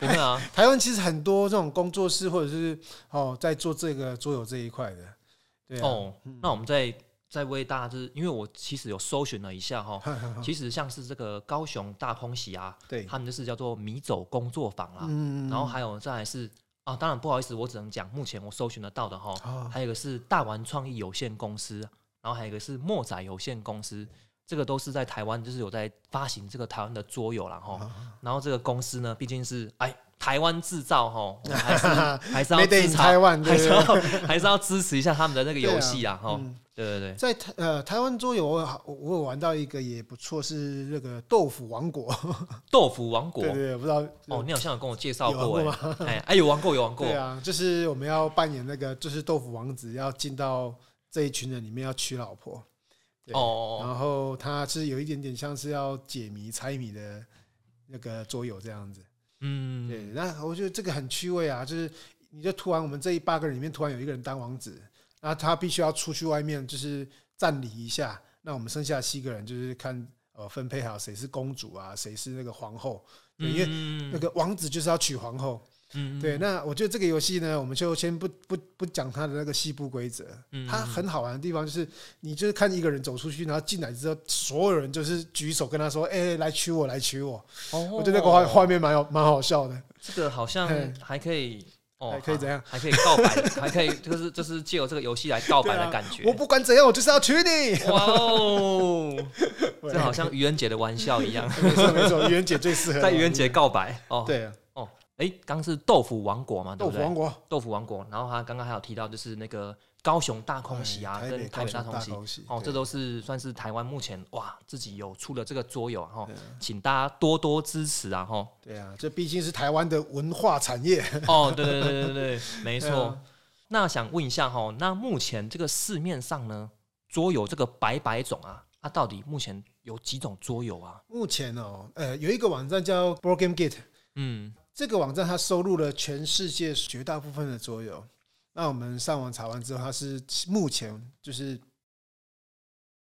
不会啊，
台湾其实很多这种工作室或者是哦在做这个桌游这一块的， 对啊，
哦，那我们再再为大家，就是因为我其实有搜寻了一下哈、其实像是这个高雄大空袭啊，
对，
他们就是叫做米走工作坊啦、
嗯
然后还有再来是啊，当然不好意思，我只能讲目前我搜寻得到的哈、
哦
还有一个是大玩创意有限公司，然后还有一个是墨仔有限公司，这个都是在台湾就是有在发行这个台湾的桌游啦哈、
啊
然后这个公司呢，毕竟是哎台湾制造哈、 我们还是还是要
Made
自
in
嘲
Taiwan，
还
对
是
不
要
对？
还是要支持一下他们的那个游戏啊，哈、
嗯
对对对，
在台呃台湾桌游，我有我我有玩到一个也不错，是那个豆腐王国，
豆腐王国
对对，对，我不知道
哦，你好像有跟我介绍
有玩过
过 哎，哎哎有玩过有玩过
对，啊，就是我们要扮演那个就是豆腐王子，要进到这一群人里面要娶老婆，对
哦哦哦
然后它是有一点点像是要解谜猜谜的那个桌游这样子。对
嗯，，
那我觉得这个很趣味啊，就是你就突然我们这一八个人里面突然有一个人当王子，那他必须要出去外面就是占领一下，那我们剩下七个人就是看呃分配好谁是公主啊，谁是那个皇后，对
嗯
因为
为
那个王子就是要娶皇后。
嗯
对，那我觉得这个游戏呢，我们就先不不不讲它的那个西部规则，
嗯
它很好玩的地方就是你就是看一个人走出去，然后进来之后，所有人就是举手跟他说：“哎、来娶我，来娶我。”我
我
觉得那个画画面蛮有蛮好笑的。
这个好像
嘿
还可以哦，
还可以怎样
还可以告白， 还可以就是就是借由这个游戏来告白
对啊
的感觉
我。不管怎样，我就是要娶 你。
哇哦，
对
这好像愚人节的玩笑 一样，
没错没错，愚人节最适合
在愚人节告白哦。
啊对啊
哦，哎，刚是豆腐王国嘛，对
豆
不
腐
对？
王国
豆腐王国，然后他刚刚还有提到就是那个高雄大空袭啊，
哎
跟台
台
北
北
大空
大
袭
空袭
哦，
对
这都是算是台湾目前哇自己有出了这个桌游啊哈
对啊，
请大家多多支持啊哈。
对啊，这毕竟是台湾的文化产业。
哦，对对对对对，没
对
错
啊。
那想问一下哈，那目前这个市面上呢，桌游这个百百种啊，它到底目前有几种桌游啊？
目前哦，呃，有一个网站叫 b o r g a m e Gate，
嗯，
这个网站它收录了全世界绝大部分的桌游。那我们上网查完之后，它是目前就是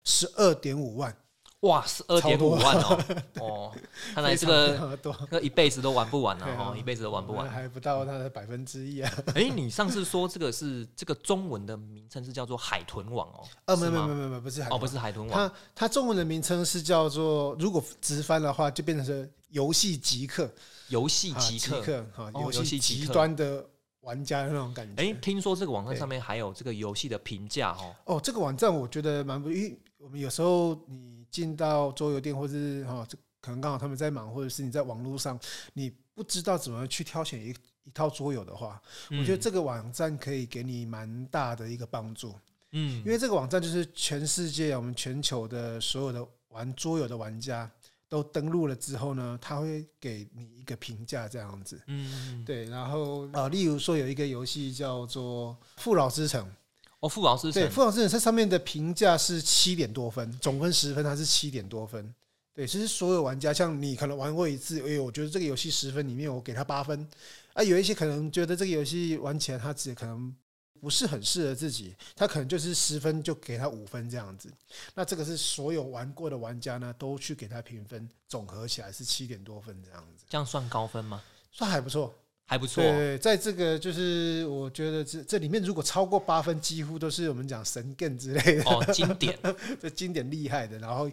十二点五万，
哇，是二
超
点五
多
万哦， 哦，看来这
非常非
个
常的多，
这个一辈子都玩不完
对
啊，
啊
哦，一辈子都玩不
我们
完。
还不到它的百分之一啊！
哎，你上次说这个是这个中文的名称是叫做海豚网哦？
哦，没
是
有没
吗
有没有没有，不是海
哦，
豚
不是海豚网，
它它中文的名称是叫做，如果直翻的话，就变成是游戏极客，
游戏
啊
极客。
哈，
哦游
游
戏
戏
极
极
客
端的玩家的那种感觉。
哎，听说这个网站上面还有这个游戏的评价哦。
哦，这个网站我觉得蛮不，因为我们有时候你进到桌游店，或是哈、哦，这可能刚好他们在忙，或者是你在网络上，你不知道怎么去挑选一一套桌游的话，我觉得
嗯
这个网站可以给你蛮大的一个帮助。
嗯，
因为这个网站就是全世界啊我们全球的所有的玩桌游的玩家都登录了之后呢，他会给你一个评价这样子。
嗯，
对，然后呃，例如说有一个游戏叫做《富饶之城》，
哦，富饶之
对，《
城，
富饶之城》它上面的评价是七点多分，总分十分，它是七点多分。对，其实所有玩家，像你可能玩过一次，哎呦，我觉得这个游戏十分里面我给它八分，啊，有一些可能觉得这个游戏玩起来它只可能不是很适合自己，他可能就是十分就给他五分这样子。那这个是所有玩过的玩家呢都去给他评分，总合起来是七点多分这样子，
这样算高分吗？
算还不错。
还不错
对
哦。
对，在这个就是我觉得这这里面如果超过八分，几乎都是我们讲神更之类的。
哦，经 典
这经典厉害的，然后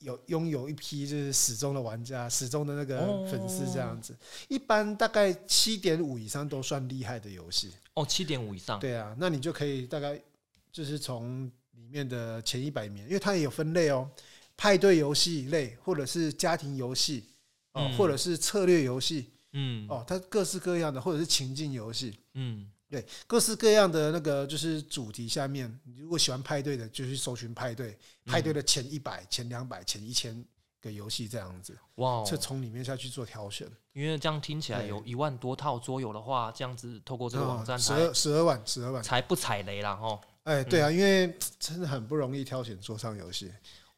有拥有一批就是始终的玩家、始终的那个
哦
粉丝这样子，一般大概七点五以上都算厉害的游戏。
哦，七点五以上，
对啊，那你就可以大概就是从里面的前一百名，因为它也有分类哦，派对游戏类，或者是家庭游戏哦，
嗯
或者是策略游戏哦
嗯
哦，它各式各样的，或者是情境游戏。
嗯，
对，各式各样的那个就是主题下面，你如果喜欢派对的，就去搜寻派对，
嗯
派对的前一百、前两百、前一千个游戏这样子，
哇哦，
就从里面下去做挑选。
因为这样听起来
对啊
有一万多套桌游的话，这样子透过这个网站
十
才
二十二万，十二万，
才不踩雷啦吼。
哎，对
嗯
啊，因为真的很不容易挑选桌上 游戏。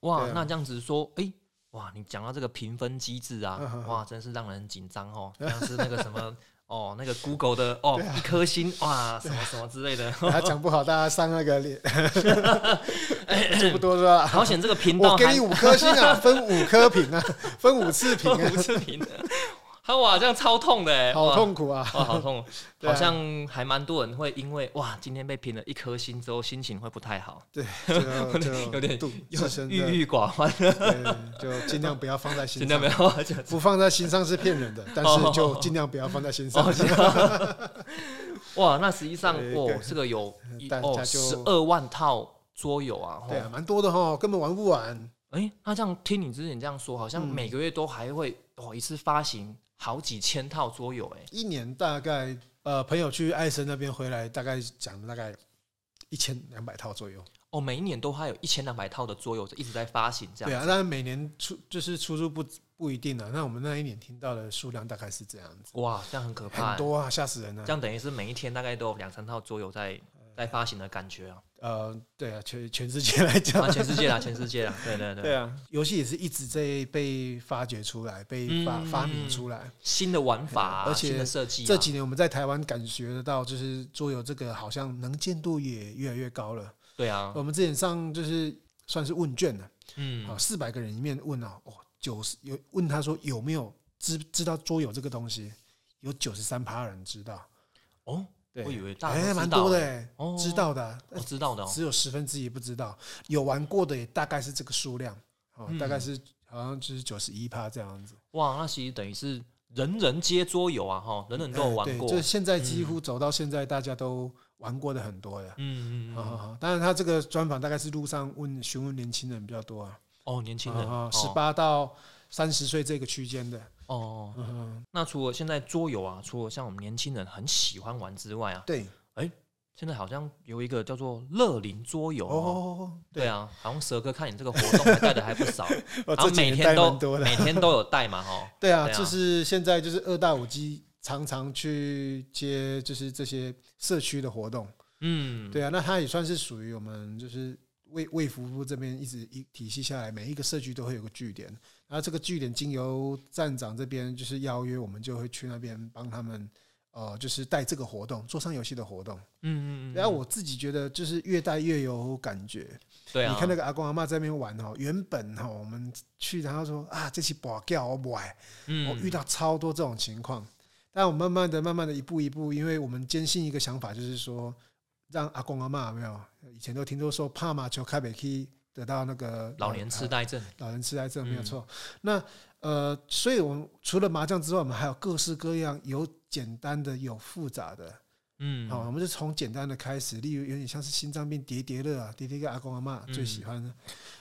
哇，
对啊
那这样子说，哎、哇，你讲到这个评分机制啊，
嗯哼哼
哇，真是让人紧张哦，像是那个什么。 哦，那个 Google 的哦，
啊
一颗星哇，什么什么之类的，
他讲不好，大家上那个脸，就不多说了。
好险这个频道
我给
还
你五颗星 啊，分五颗评啊，分五次评啊，
不是评的， 他哇这样超痛的哎，
好
哇
痛苦啊！
哇好痛，哦
对啊
好像还蛮多人会因为哇今天被评了一颗星之后心情会不太好，
对，就就
有点
度
有
自身的，
郁郁寡欢，
对，就尽量不要放 在心
真的
上
没。 有哦就
不放在心上是骗 人的，但是就尽量不要放在心上
哦，。这样哇，那实际上
对
哦
跟，
这个有一
大
哦
家就
十二万套桌游啊，
对啊，蛮多的哈，根本玩不完。
哎、那这样听你之前这样说，好像
嗯
每个月都还会、哦一次发行好几千套桌游、哎，
一年大概呃，朋友去艾森那边回来，大概讲了大概一千两百套左右。
哦，每一年都还有一千两百套的桌游一直在发行，这
对
样，
啊，但是每年出就是出入不不一定啊。那我们那一年听到的数量大概是这样子，
哇，这样很可怕、
很多啊，吓死人
哎
啊嗯
这。样等于是每一天大概都有两三套桌游在在发行的感觉啊，
呃，对啊，全全世界来讲，
啊，全世界啦，全世界啦，对对对，
啊，游戏也是一直在被发掘出来，被发、
嗯
发明出来。
新的玩法啊、
而且
新的设计、啊，
这几年我们在台湾感觉得到，就是桌游这个好像能见度也越来越高了。
对啊，
我们之前上就是算是问卷了，
嗯，
啊，四百个人里面问啊，哦，九十有问他说有没有知知道桌游这个东西，有九十三趴人知道，
哦，
对
我以为大家都
哎，
知
蛮
道
多的
哎
欸
哦，
知道的啊，
我知道的、哦，
只有十分之一不知道，有玩过的也大概是这个数量，
嗯
哦，大概是好像就是九十一趴这样子。
哇，那其实等于是人人皆桌游啊，哈，人人都有
哎
玩
对
过。嗯
就是现在几乎走到现在，大家都玩过的很多的。
嗯嗯
好好
嗯，
好，当然他这个专访大概是路上问询问年轻人比较多啊，
哦，年轻人
啊
哦，
十八到三十岁这个区间的，
哦。哦
嗯，
那除了现在桌游啊，除了像我们年轻人很喜欢玩之外啊，
对，
现在好像有一个叫做乐龄桌游哦。
哦，
对啊，好像蛇哥看你这个活动还带的还不 少，然
哦，
后
这几
啊每
年
天
带
都
蛮多的，
每天都有带嘛，哈。
对啊，
对啊
就是现在就是二大五 G 常常去接就是这些社区的活动，
嗯，
对啊，那它也算是属于我们就是卫卫福部这边一直一体系下来，每一个社区都会有个据点，然后这个据点经由站长这边就是邀约，我们就会去那边帮他们。呃，就是带这个活动，桌上游戏的活动。
嗯嗯嗯。
然后我自己觉得，就是越带越有感觉。
对啊，
你看那个阿公阿妈在那边玩哦，原本哦我们去，然后说啊，这期保掉我不爱，我
嗯
哦遇到超多这种情况。但我慢慢的、慢慢的、一步一步，因为我们坚信一个想法，就是说，让阿公阿妈没有以前都听说说帕马球开北基得到那个
老年痴
痴
呆症，
啊老人痴呆症没有
嗯
错。那呃，所以我们除了麻将之外，我们还有各式各样有简单的，有复杂的。
嗯，
好、我们就从简单的开始，例如有点像是心脏病叠叠乐啊，叠叠个阿公阿妈最喜欢的、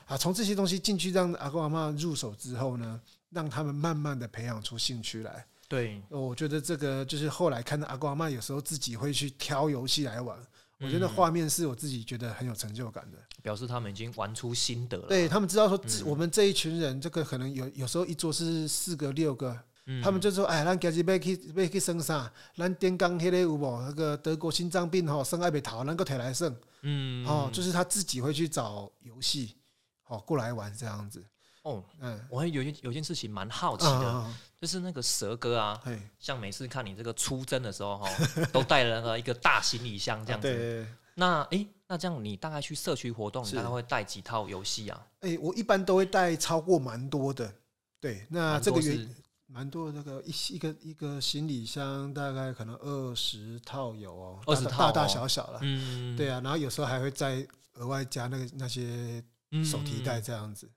啊。从这些东西进去，让阿公阿妈入手之后呢，让他们慢慢的培养出兴趣来。
对，
呃我觉得这个就是后来看到阿公阿妈有时候自己会去挑游戏来玩，我
嗯
觉得画面是我自己觉得很有成就感的。
表示他们已经玩出心得了。
对他们知道说
嗯
自，我们这一群人，这个可能有有时候一桌是四个六个，
嗯，
他们就说：“哎，咱今日要去要去生啥？咱点刚迄个有无？那个德国心脏病吼，生爱被逃，咱个摕来生
嗯
哦，就是他自己会去找游戏哦过来玩这样子。
哦，
嗯，
我还有一有一件事情蛮好奇的，
啊，
就是那个蛇哥啊，
嗯嘿，
像每次看你这个出征的时候 哈、都带了那个一个大行李箱这样子。
啊对对。对
那诶，那这样你大概去社区活动，你
是
大概会带几套游戏啊？
哎、我一般都会带超过蛮多的。对，那
蛮
啊这个
多
原
是
蛮多那个一一个一个行李箱大概可能二十套有哦，
20
大大
套哦
大大小小了。
嗯，
对
啊，
啊，然后有时候还会再额外加那个那些手
嗯
提袋。这样子。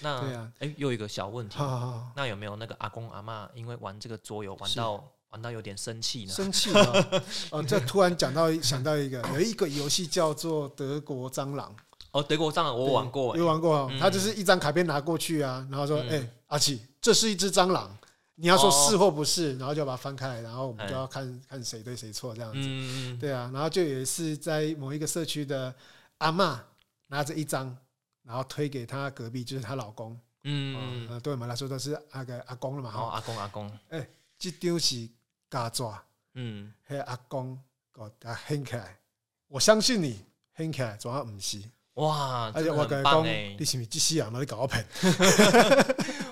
那
对啊，
诶，又有一个小问题，
好好好，
那有没有那个阿公阿妈因为玩这个桌游玩
是
到玩到有点生气呢？
生气了哦！这突然讲到想到一个，有一个游戏叫做德国蟑螂，
哦，德国蟑螂我玩过
对
诶，
有玩过哦
嗯。
他就是一张卡片拿过去啊，然后说：“
嗯
哎，阿奇，这是一只蟑螂。”你要说
哦
是或不是，然后就把它翻开来，然后我们
嗯
就要看看谁对谁错这样子。
嗯，
对啊，然后就有一次在某一个社区的阿嬷拿着一张，然后推给她隔壁，就是她老公。
嗯，
嗯，
哦
呃对我们来说都是那个阿公了嘛
然后
哈。
阿公阿公，
这张是家纸，
嗯，
嘿阿公，给他掀起来，我相信你。掀起来，主要不是，
哇，啊
而
真
且
的
我
很
跟你
棒
讲，
哎
你，是不是这世人都在搞我骗？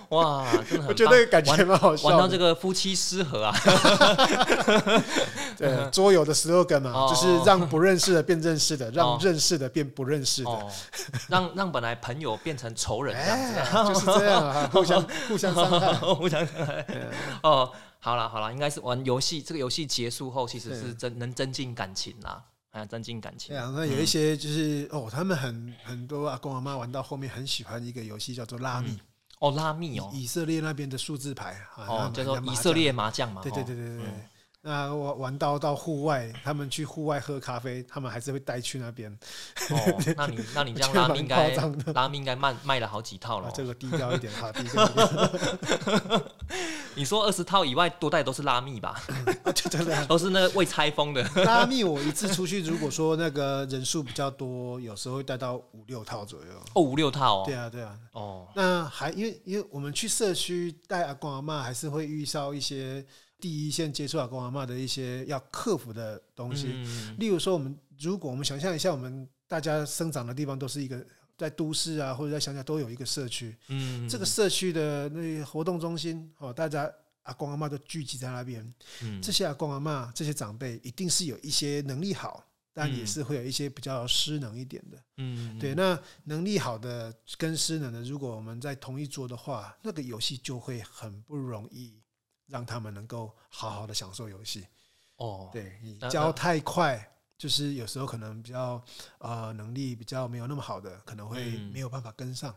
哇，真的很棒，
我觉得感觉
玩
蛮好笑的。
玩到这个夫妻失和啊，
对，桌游的 slogan 嘛，
哦
就是让不认识的变认识的，让
哦
认识的变不认识的，
哦，让让本来朋友变成仇人这样子
哎，就是这样啊，互相互相伤害。
我想想 哦，好啦好啦，应该是玩游戏，这个游戏结束后其实
是
是增能增进感情啦，哎，增进感情
对。啊，那有一些就是哦，他们很很多阿公阿妈玩到后面很喜欢一个游戏叫做拉密，
哦，拉密哦，
以以色列那边的数字牌啊，
哦，
那
叫做
那麻
以
将
色列麻将嘛，
对对
哦
对对对对
嗯。
那我玩到到户外，他们去户外喝咖啡，他们还是会带去那边，
哦，那你那你这样
我
拉
觉得
密应
蛮
该
夸张的
拉密应该卖卖了好几套了
啊
哦。
这个低调一点 哈，低调一点
你说二十套以外多带都是拉密吧？
啊，对对 对，
都是那个未拆封的。
拉密我一次出去，如果说那个人数比较多，有时候会带到五六套左右。
哦，五六套哦
对。啊，对啊。
哦，
那还因为因为我们去社区带阿公阿妈，还是会遇到一些第一线接触阿公阿妈的一些要克服的东西。
嗯
例如说，我们如果我们想象一下，我们大家生长的地方都是一个在都市啊，或者在乡下都有一个社区，
嗯
这个社区的那个活动中心哦，大家阿公阿妈都聚集在那边。
嗯
这些阿公阿嬷、这些长辈，一定是有一些能力好，但也
嗯
是会有一些比较失能一点的。
嗯
对，那能力好的跟失能的，如果我们在同一桌的话，那个游戏就会很不容易让他们能够好好的享受游戏。
哦，
对，你
那
教太快。就是有时候可能比较呃能力比较没有那么好的，可能会
嗯
没有办法跟上。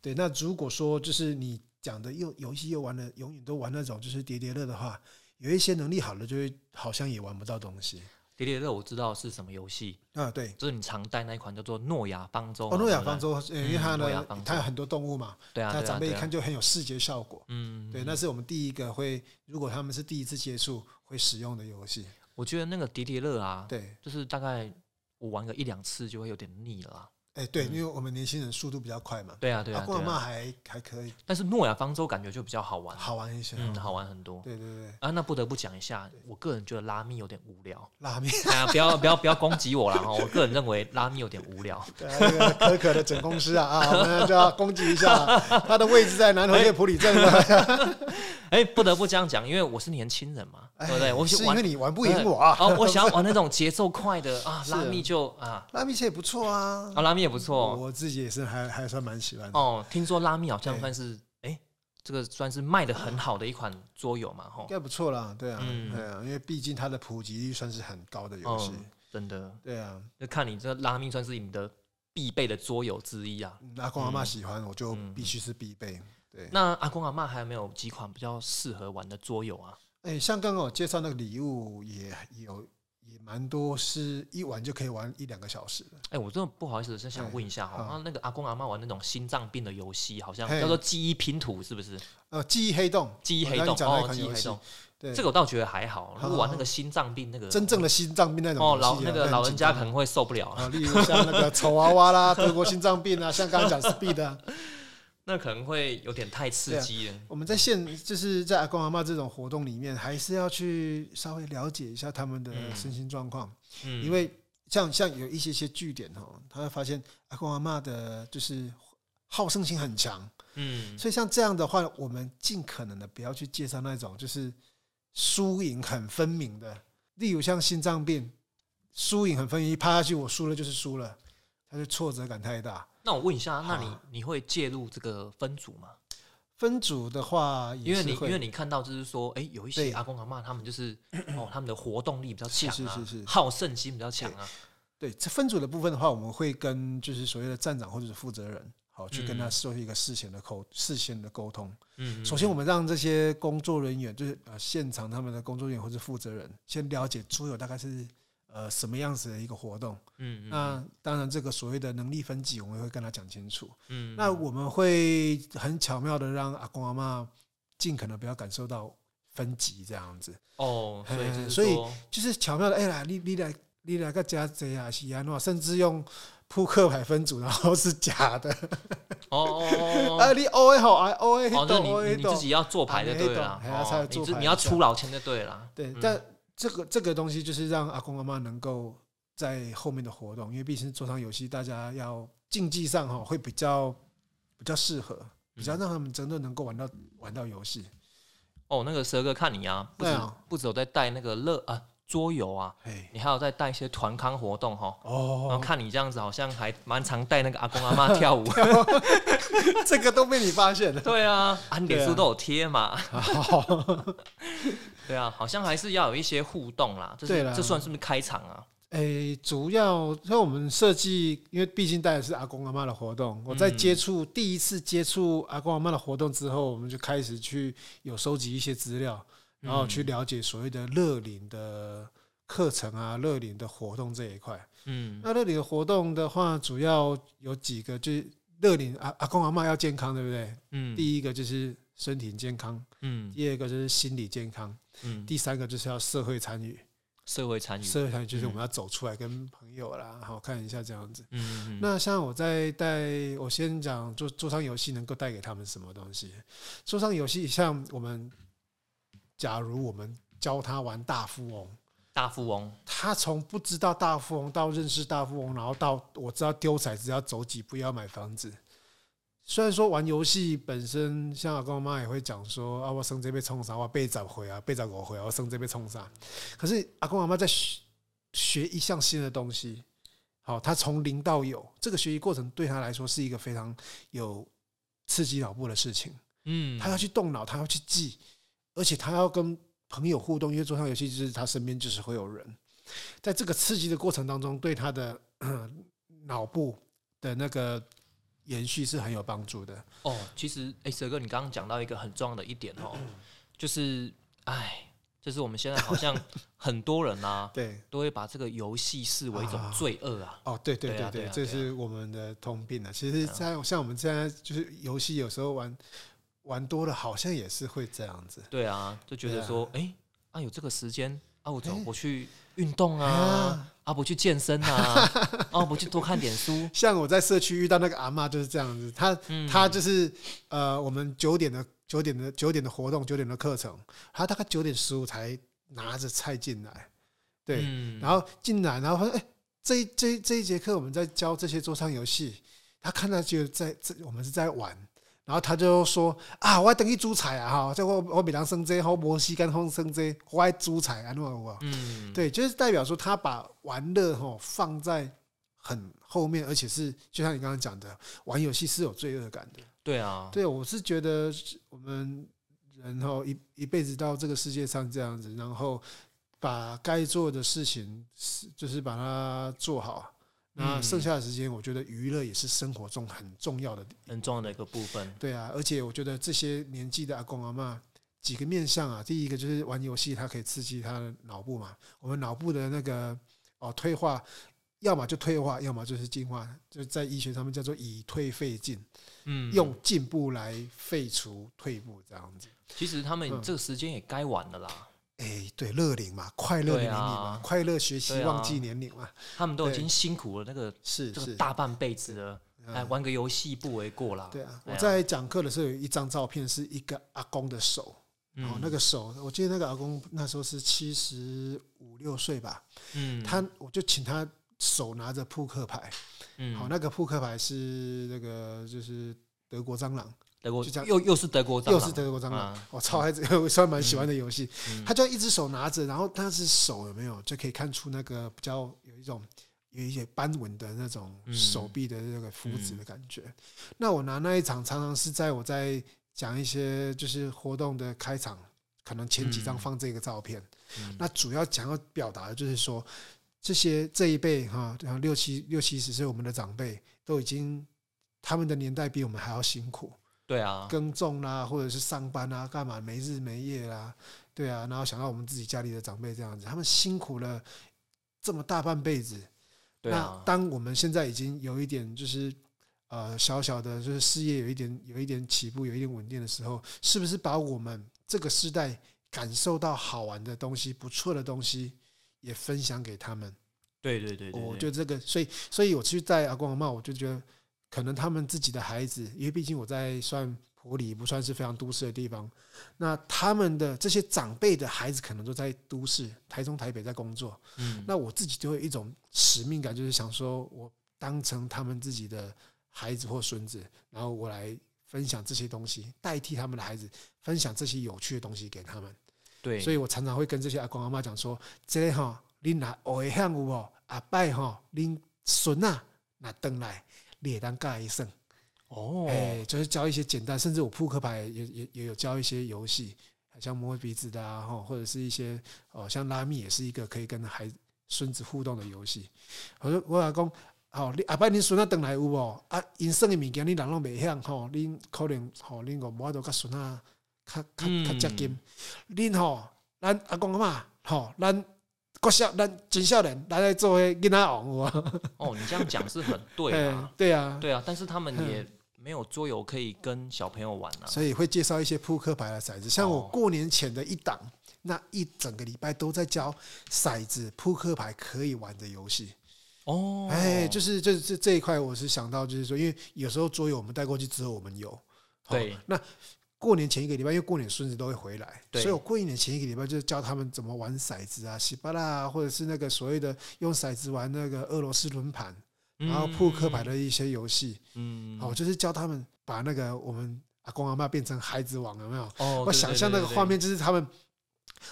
对，那如果说就是你讲的又游戏又玩的永远都玩那种就是叠叠乐的话，有一些能力好的就会好像也玩不到东西
叠叠乐我知道是什么游戏，
啊。对，
就是你常带那一款叫做诺亚方舟嘛。啊
哦，诺亚
对不对
方舟，呃因为它
嗯诺亚
呢
方舟，
它有很多动物嘛，
对啊，
它
对啊
长辈一
对啊
看就很有视觉效果。
嗯，
对，那是我们第一个会，如果他们是第一次接触会使用的游戏。
我觉得那个叠叠乐啊，
对，
就是大概我玩个一两次就会有点腻了啦。
哎，对，
嗯
因为我们年轻人速度比较快嘛，
对啊，对
阿
啊，
公阿
对
妈
啊。
还还可以，
但是诺亚方舟感觉就比较好玩，
好玩一些。
嗯，好玩很多。
对对对，
啊，那不得不讲一下，我个人觉得拉密有点无 聊。
拉面，
哎呀，不要不要不要攻击我啦！哦哈，我个人认为拉密有点无聊。
对啊那个可可的整公司啊啊，我们就要攻击 一下，它的位置在南投县普里镇了，
哎，不得不这样讲，因为我是年轻人嘛，对哦不对？我
哎是
去
因
玩
为你玩不赢我啊。
哦，我想要玩那种节奏快的啊，
是
拉密就啊，
拉面其实也不错啊，
啊拉密也不错
我自己也是还还算蛮喜欢的，
哦。听说拉密好像
对
算是哎，这个算是卖的很好的一款桌游嘛，哈
应。该不错啦，对啊，
嗯
对啊，因为毕竟它的普及率算是很高的游戏，
嗯，真的，
对啊，
就看你这拉密算是你的必备的桌游之一啊。
嗯阿公阿妈喜欢，我就
嗯
必须是必备。对，
那阿公阿嬷还有没有几款比较适合玩的桌游啊？
哎，像刚刚我介绍那个礼物也有。也蛮多，是一玩就可以玩一两个小时的。
哎、我真的不好意思，是想问一下哈，
哎
那、
好
那个阿公阿嬷玩那种心脏病的游戏，好像
嘿
叫做记忆拼图，是不是？
呃，记忆黑洞，
记忆黑
我
洞
刚刚讲那
哦，
款
记忆
游
黑
戏
洞，，
对，
这个我倒觉得还好。如
好
果玩那个心脏病那个，
真正的心脏病那种
哦
游戏啊
老那个老人家可能会受不了，
啊，例如像那个丑娃娃啦、 德国心脏病啊，像刚刚讲 speed 啊，
那可能会有点太刺激了。
我们在现就是在阿公阿妈这种活动里面，还是要去稍微了解一下他们的
嗯
身心状况，
嗯，
因为像像有一些些据点哦，他会发现阿公阿妈的就是好胜心很强，
嗯，
所以像这样的话，我们尽可能的不要去介绍那种就是输赢很分明的，例如像心脏病，输赢很分明，一趴下去我输了就是输了，他就挫折感太大。
那我问一下，那你
好
你会介入这个分组吗？
分组的话也
因为
是
你因
会，
为你看到就是说，哎、有一些
对
阿公阿嬷他们 就是哦，他们的活动力比较
是
强啊，
是是是
好胜心比较强啊，
对这分组的部分的话，我们会跟就是所谓的站长或者是负责人，好去跟他
嗯
做一个事前的沟事先的沟通。
嗯，
首先，我们让这些工作人员，就是呃现场他们的工作人员或者负责人，先了解桌游大概是呃什么样子的一个活动。
嗯，嗯
那当然，这个所谓的能力分级，我们会跟他讲清楚。
嗯，
那我们会很巧妙的让阿公阿妈尽可能不要感受到分级这样子。
哦，所以就是
嗯所以
说
就是巧妙的，哎、呀，你你来你来个加这啊西安诺，甚至用扑克牌分组，然后是假的，
哦哦哦哦
啊，你 O A 好， 哎 O A
哦，
懂
就是
O
你
A
你自
懂，
己要做牌就对了啦
啊，你还懂还要
哦
再
你
做
自
牌
你要出老千就对了，
对
嗯，
但这个这个东西就是让阿公阿妈能够在后面的活动，因为毕竟是桌上游戏，大家要竞技上哈会比较比较适合，比较让他们真的能够玩到玩到游戏。
哦，那个蛇哥看你啊，不止、
对啊
不止有在带那个乐啊桌游啊，
哎，
你还有在带一些团康活动哈。然后
哦，
看你这样子，好像还蛮常带那个阿公阿妈跳舞。
这个都被你发现了。
对 啊，啊，你脸
对
书
啊哦
都有贴嘛。
好，
对啊，好像还是要有一些互动啦。这是
对啦
这算是不是开场啊？
诶，主要像我们设计，因为毕竟带的是阿公阿妈的活动，我
嗯
在接触、第一次接触阿公阿妈的活动之后，我们就开始去有收集一些资料，然后
嗯
去了解所谓的乐龄的课程啊、乐龄的活动这一块。
嗯，
那乐龄的活动的话，主要有几个，就是乐龄阿阿公阿妈要健康，对不对？
嗯
第一个就是身体健康，
嗯
第二个就是心理健康，
嗯，
第三个就是要社会参与。
社会参与，
社会上就是我
嗯
们要走出来跟朋友啦，好看一下这样子。
嗯，嗯
那像我在带，我先讲做桌上游戏能够带给他们什么东西？桌上游戏像我们，假如我们教他玩大富翁，
大富翁，
他从不知道大富翁到认识大富翁，然后到我知道丢骰子要走几步要买房子。虽然说玩游戏本身，像阿公阿妈也会讲说啊，我生这被冲啥，我被找回啊，被找我回啊，我生这被冲啥。可是阿公阿妈在学学一项新的东西，好，他从零到有，这个学习过程对他来说是一个非常有刺激脑部的事情。
嗯，
他要去动脑，他要去记，而且他要跟朋友互动，因为桌上游戏就是他身边就是会有人，在这个刺激的过程当中，对他的 呃脑部的那个延续是很有帮助的。
哦，其实哎，蛇哥，你刚刚讲到一个很重要的一点哦，就是哎，就是我们现在好 像很多人啊，
对，
都会把这个游戏视为一种
啊
罪恶啊。
哦，对对
对啊
对
对啊
这
对啊
是我们的通病啊。其实
对啊
在，像我们现在就是游戏，有时候玩玩多了，好像也是会这样子。
对啊，就觉
对
得
啊
说，哎啊，有这个时间啊，我怎么
哎
不去运动啊？
啊
啊，不去健身啊？啊，不去多看点书？
像我在社区遇到那个阿嬷就是这样子，她
嗯，
他就是呃，我们九点的九点的九点的活动，九点的课程，他大概九点十五才拿着菜进来，对，
嗯
然后进来，然后他说，哎、这一这一这一节课我们在教这些桌上游戏，他看到就在这我们是在玩。然后他就说啊，我要等去煮菜啊，哈，这我我每当生这个，我无时间放生这个我爱煮菜啊，那我
嗯，
对，就是代表说他把玩乐哈、放在很后面，而且是就像你刚刚讲的，玩游戏是有罪恶感的。
对啊，
对，我是觉得是我们人后一一辈子到这个世界上这样子，然后把该做的事情是就是把它做好。那
嗯
剩下的时间，我觉得娱乐也是生活中很重要的。
很重要的一个部分。
对啊，而且我觉得这些年纪的阿公阿妈几个面向啊，第一个就是玩游戏，它可以刺激他的脑部嘛。我们脑部的那个哦退化，要么就退化，要么就是进化，就在医学上面叫做以退废进。
嗯，
用进步来废除退步这样子。
其实他们
嗯
这个时间也该晚了啦，
哎、对，啊乐龄嘛，快乐的年龄嘛，
对啊
快乐学习
对啊
忘记年龄嘛，
他们都已
对
经辛苦了那个
是
这个
是，
大半辈子了，
嗯
哎，玩个游戏不为过啦。
对啊。
哎
我
呀
在讲课的时候有一张照片是一个阿公的手，
嗯，
然后那个手，我记得那个阿公那时候是七十五六岁吧，
嗯，
他我就请他手拿着扑克牌，
嗯
好，那个扑克牌是那个就是德国蟑螂，
德国
就这样
又又是德国蟑
又
螂，
是德国蟑螂
啊，
我超爱这个，我 算蛮喜欢的游戏。
嗯
他就一只手拿着，然后但是手有没有就可以看出那个比较有一种有一些斑纹的那种
嗯
手臂的那个肤质
嗯
的感觉。那我拿那一场常常是在我在讲一些就是活动的开场，可能前几张
嗯
放这个照片。
嗯
那主要想要表达的就是说，这些这一辈哈，然后六七六七十岁我们的长辈都已经他们的年代比我们还要辛苦。
对啊，
耕种啦，或者是上班啦，干嘛没日没夜啦，对啊，然后想到我们自己家里的长辈这样子，他们辛苦了这么大半辈子，
对
那
啊，
当我们现在已经有一点就是呃小小的就是事业有一点有一点起步，有一点稳定的时候，是不是把我们这个时代感受到好玩的东西、不错的东西也分享给他们？
对对对对
我
对
觉哦得这个，所以所以我去带阿公阿妈，我就觉得可能他们自己的孩子，因为毕竟我在算普里，不算是非常都市的地方，那他们的这些长辈的孩子可能都在都市，台中、台北在工作，
嗯，
那我自己就会有一种使命感，就是想说我当成他们自己的孩子或孙子，然后我来分享这些东西，代替他们的孩子分享这些有趣的东西给他们。
对，
所
以
以我常常会跟这些阿公阿妈讲说，这个吼，恁若学会向有无，阿拜吼，恁孙啊，若回来，你会当教伊耍。
哦，
哎、就是教一些简单，甚至我扑克牌也也也有教一些游戏，像摸鼻子的啊，吼，或者是一些哦，像拉密也是一个可以跟孩孙子互动的游戏。我说我阿公，吼、你阿伯恁孙仔回来有无？啊，因耍的物件你人拢袂晓吼，恁可能吼恁个无法度甲孙仔较
嗯
较较接近。恁吼，咱阿公阿嬷吼，咱国小咱真少年，咱来做迄囡仔王有无？
哦，你这样讲是很对
哎
啊，
对啊，
对啊，但是他们也没有桌游可以跟小朋友玩啊。
所以会介绍一些扑克牌的骰子，像我
哦
过年前的一档，那一整个礼拜都在教骰子、扑克牌可以玩的游戏。
哦，
哎，就是这这这一块，我是想到就是说，因为有时候桌游我们带过去之后，我们有哦
对
那。过年前一个礼拜，因为过年孙子都会回来，
对
所以我过年前一个礼拜就是教他们怎么玩骰子啊、洗巴啦，或者是那个所谓的用骰子玩那个俄罗斯轮盘，
嗯
然后扑克牌，的一些游戏。
嗯，
哦，就是教他们把那个我们阿公阿妈变成孩子王，有没有？
哦，
我
对
想象那个画，面就是他们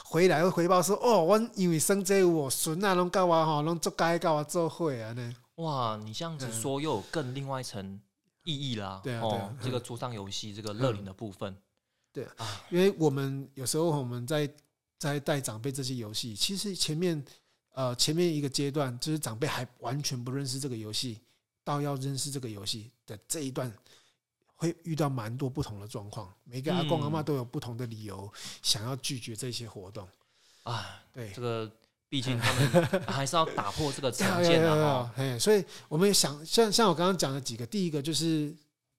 回来会回报说：“哦，我因为生这有我孙啊，拢教我吼，拢做该教我做会啊呢。
对对对哇，你这样子说又有更另外一层意义啦。
对啊嗯对
哦
啊，
这个桌上游戏这个乐龄的部分，”
因为我们有时候我们在在带长辈这些游戏，其实前面呃前面一个阶段就是长辈还完全不认识这个游戏，到要认识这个游戏的这一段。会遇到蛮多不同的状况，每个阿公阿妈
嗯
都有不同的理由想要拒绝这些活动。
啊，
对，
这个毕竟他 们还是要打破这个成见
有有有
啊。哦
哎，所以我们也想像像我刚刚讲的几个，第一个就是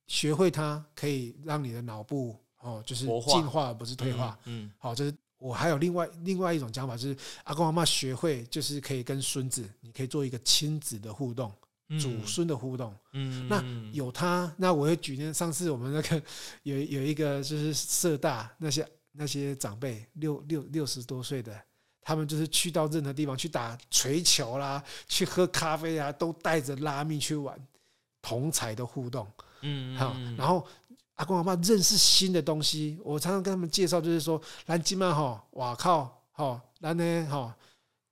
学会它可以让你的脑部哦，就是
活化
进化而不是退化。，
嗯，
好、这是我还有另外另外一种讲法，就是阿公阿妈学会就是可以跟孙子，你可以做一个亲子的互动，
嗯
祖，孙的互动。
嗯，
那
嗯
有他，那我会举例，上次我们那个 有有一个就是社大那些那些长辈六六六十多岁的，他们就是去到任何地方去打锤球啦，去喝咖啡啊，都带着拉面去玩同才的互动，
嗯，
哈、
嗯
然后。阿公阿妈认识新的东西，我常常跟他们介绍，就是说，咱今嘛吼，哇靠，吼，咱呢吼，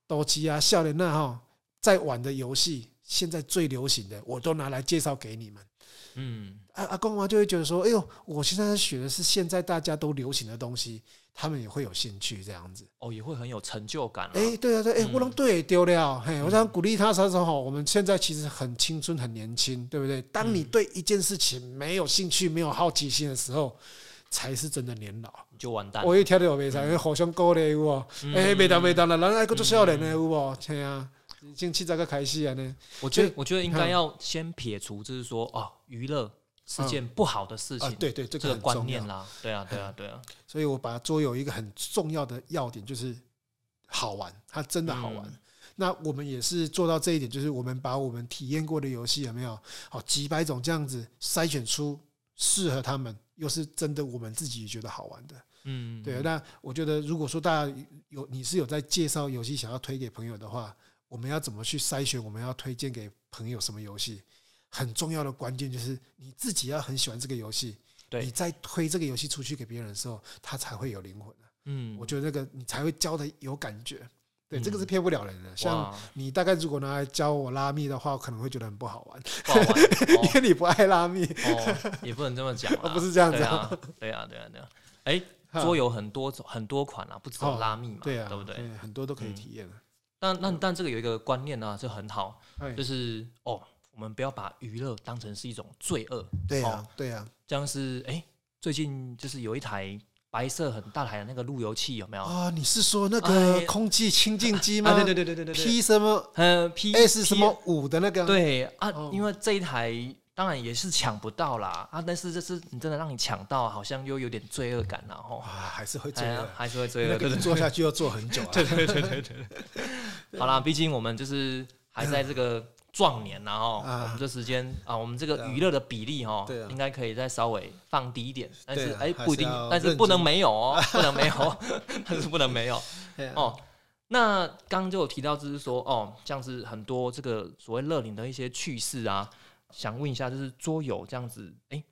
斗鸡啊、笑脸那吼，在玩的游戏，现在最流行的，我都拿来介绍给你们。
嗯，
阿啊阿公阿妈就会觉得说，哎呦，我现在学的是现在大家都流行的东西，他们也会有兴趣这样子。
哦，也会很有成就感啊。
哎、对啊，对，哎、
嗯
我能对丢了，嘿，我想鼓励他啥时候？我们现在其实很青春，很年轻，对不对？当
嗯
你对一件事情没有兴趣、没有好奇心的时候，才是真的年老。
你就完蛋了。
我一听到有袂因为互相鼓励有无？
嗯
哎、袂当袂当啦，咱爱个做少年的有无？嘿啊，已经七十个开始啊呢。
我觉
所以
得，我觉得应
嗯
该要先撇除，就是说，哦，娱乐是件不好的事
啊
情，，
对对，这
这
个
个
很
观
重
念
要。
啦，对啊，对啊，对啊，
所以我把桌游一个很重要的要点就是好玩，它 真的好玩。
嗯
那我们也是做到这一点，就是我们把我们体验过的游戏有没有好几百种这样子筛选出适合他们，又是真的我们自己也觉得好玩的。
嗯，
对，啊那我觉得如果说大家有你是有在介绍游戏想要推给朋友的话，我们要怎么去筛选我们要推荐给朋友什么游戏？很重要的关键就是你自己要很喜欢这个游戏，
对
你在推这个游戏出去给别人的时候，它才会有灵魂的。
嗯，
我觉得那个你才会教的有感觉。对，
嗯
这个是骗不了人的。像
哇
你大概如果拿来教我拉密的话，我可能会觉得很不好玩，
不好玩
因为你不爱拉密。
哦，哦，也不能这么讲
哦
啦，
不是这样子
对
啊
啊，对啊，对啊，对啊，哎，桌游很多种很多款啊，不只有
哦
拉密嘛，
对啊，
不对？
很多都可以
嗯
体验的。
但但但这个有一个观念啊，这很好，
哎
就是哦，我们不要把娱乐当成是一种罪恶，
对
哦
啊，对啊，
像是哎，最近就是有一台白色很大台的那个路由器，有没有？
啊，你是说那个
哎
空气清净机吗？
哦啊，对对对对对对对
P 什么
呃 P
S 什么五的那个？
对啊
哦，
因为这一台当然也是抢不到啦啊，但是这是你真的让你抢到，好像又有点罪恶感然后
啊，还是会做
哎呀
的。
还是会罪
那
恶
个
感。
做下去要做很久 啊。对
好啦，毕竟我们就是还在这个壮年然后
啊
我们这时间啊，我们这
对
个
啊
娱乐的比例哦
对啊，
应该可以再稍微放低一点，但是
对啊
哎
还
不一
是
定
要，
但是
认
不能
真
没有 哦，不能没有， 但是不能没有。
对啊
哦，那刚刚就有提到，就是说哦，像是很多这个所谓乐龄的一些趣事啊，想问一下，就是桌游这样子，哎、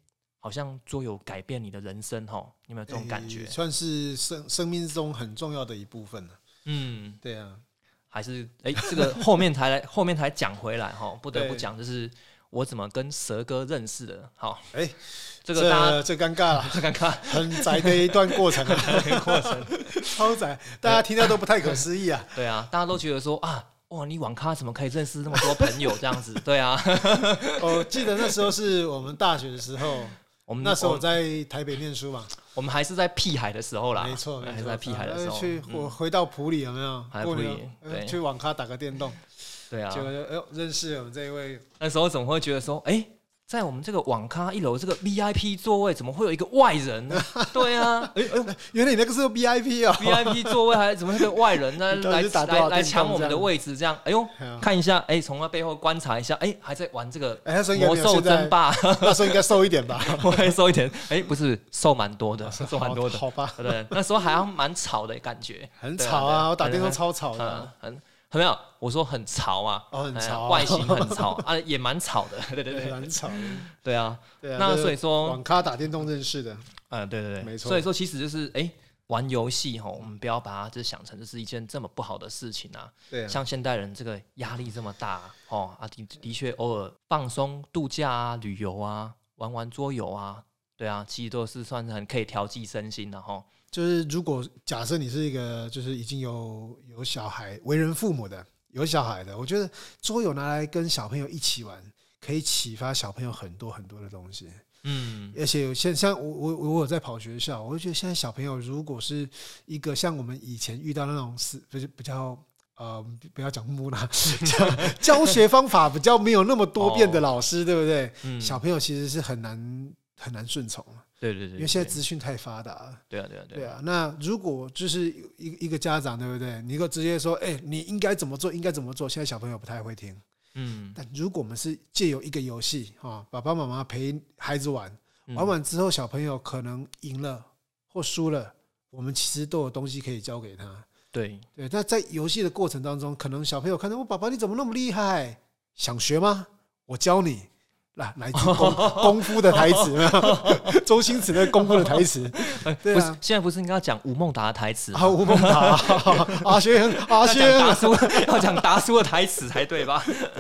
好像桌游改变你的人生哈，你有没有这种感觉
诶？算是生生命中很重要的一部分了。啊
嗯，
对啊，
还是哎、这个后面才来，后面才讲回来 哈，不得不
对
讲就是。我怎么跟蛇哥认识的？好，
哎
这个大家
这尴尬 了，
这看看，
很窄的一段 过程啊，过程 超窄，大家听到都不太可思 议啊。
对啊，大家都觉得说啊，哇，你网咖怎么可以认识那么多朋友这样子？ 对啊，
我哦记得那时候是我们大学的时候，
我们
那时
嗯
候
我
我在台北念书嘛，
我们还是在屁孩的时候啦，
没错，没
还是
错
在屁孩的时候
呃去
嗯
我回到埔里有没有
还？在
过
埔里
年呃
对
去网咖打个电动，
对啊
结，果就哎呦认识我们这一位，
那时候怎么会觉得说，哎、在我们这个网咖一楼这个 VIP 座位，怎么会有一个外人呢？ 对啊
哎原来你那个是 VIP 哦，
，VIP 座位还怎么会有一个外人呢？
你
来
到底是打多
来
少
来
电动
抢我们
这
的
样
位置，这样，哎呦，
哎呀
看一下，哎、从他背后观察一下，哎、还在玩这个
哎，那时候应该
魔
没有
兽
现
争
在，
霸，
那时候应该瘦一点吧，
我会瘦一点，哎、不是瘦蛮多的，瘦 蛮多的，
哦好好吧，
对不对？那时候好像蛮吵的感觉，
很
对啊
吵
对啊
啊，我打电
很
动超吵的
嗯
啊，，
很很没有，我说很潮啊，
哦，很
哎
吵啊，
外形很 潮啊，也蛮吵的，对对
对，
对
很吵的，
对啊，
对啊，
那
就是
所以说，
网咖打电动认识的，
嗯，对对对，
没错
所以说，其实就是哎、玩游戏吼，我们不要把它就想成就是一件这么不好的事情啊。
对啊，
像现代人这个压力这么大哦啊，的的确偶尔放松、度假啊、旅游啊、玩玩桌游啊，对啊，其实都是算是很可以调剂身心的哦吼。
就是如果假设你是一个就是已经有有小孩、为人父母的、有小孩的，我觉得桌游拿来跟小朋友一起玩，可以启发小朋友很多很多的东西。
嗯
而且有现像我我我有在跑学校，我就觉得现在小朋友如果是一个像我们以前遇到那种是不是比较。呃，不要讲木 啦，教教学方法比较没有那么多变的老师，对不对？
嗯，
小朋友其实是很难很难顺从，
对对对对，
因为现在
对
资讯太发达了。
对啊对啊
对
对啊，
啊，那如果就是一个一个家长，对不对？你一个直接说，哎、你应该怎么做，应该怎么做。现在小朋友不太会听，
嗯，
但如果我们是借由一个游戏啊、哦爸爸妈妈陪孩子玩，
嗯
玩完之后，小朋友可能赢了或输了，我们其实都有东西可以教给他。
对，
对，那在游戏的过程当中，可能小朋友看到我爸爸你怎么那么厉害，想学吗？我教你。来来一句 功功夫的台词，有没 有周星驰的功夫的台词，对
不是
啊，
现在不是应该要讲吴孟达的台词吗
啊，吴孟 达，阿轩，阿
要讲达
轩，
叔 要讲达叔的台词才对吧？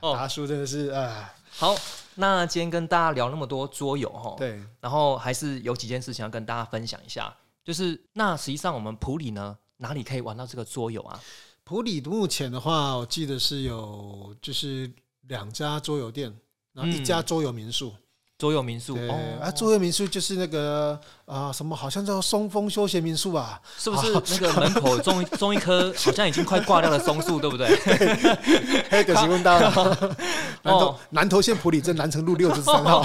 哦
达叔真的是啊，
好，那今天跟大家聊那么多桌游哈，
哦对，
然后还是有几件事情要跟大家分享一下，就是那实际上我们普里呢哪里可以玩到这个桌游啊？
普里目前的话，我记得是有就是两家桌游店，然后一家桌游民宿，
桌游民宿
对，
哦，
啊，桌游民宿就是那个啊什么，好像叫松风休闲民宿 吧，
是不
哦
是那个门口 种一种一棵好像已经快挂掉的松树，对不对？
嘿，就是问到了，南
哦
投南投县普里镇南城路六十三 号，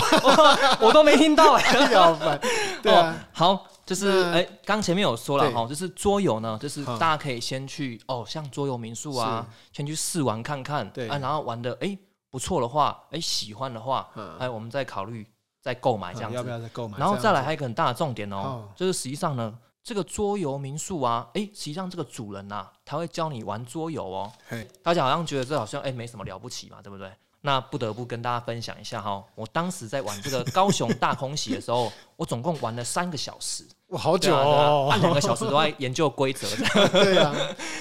我都没听到哎、
哎呀，烦对啊，
哦好，就是
那
哎，刚、前面有说了
对
哈，就是桌游呢，就是
好
大家可以先去哦，像桌游民宿啊，先去试玩看看，
对
啊，然后玩的哎、不错的话，哎、喜欢的话，
嗯
哎，我们再考虑再购买这样
嗯
子。
要不要再购买？
然后
这
再
样
来
子，
还有一个很大的重点哦
哦，
就是实际上呢，这个桌游民宿啊，哎，实际上这个主人呐、啊他会教你玩桌游哦。
嘿，
大家好像觉得这好像哎没什么了不起嘛，对不对？那不得不跟大家分享一下哈、我当时在玩这个高雄大空袭的时候，我总共玩了三个小时，
哇，好
对
久
啊对啊
哦，
按两个小时都在研究规则。
对啊，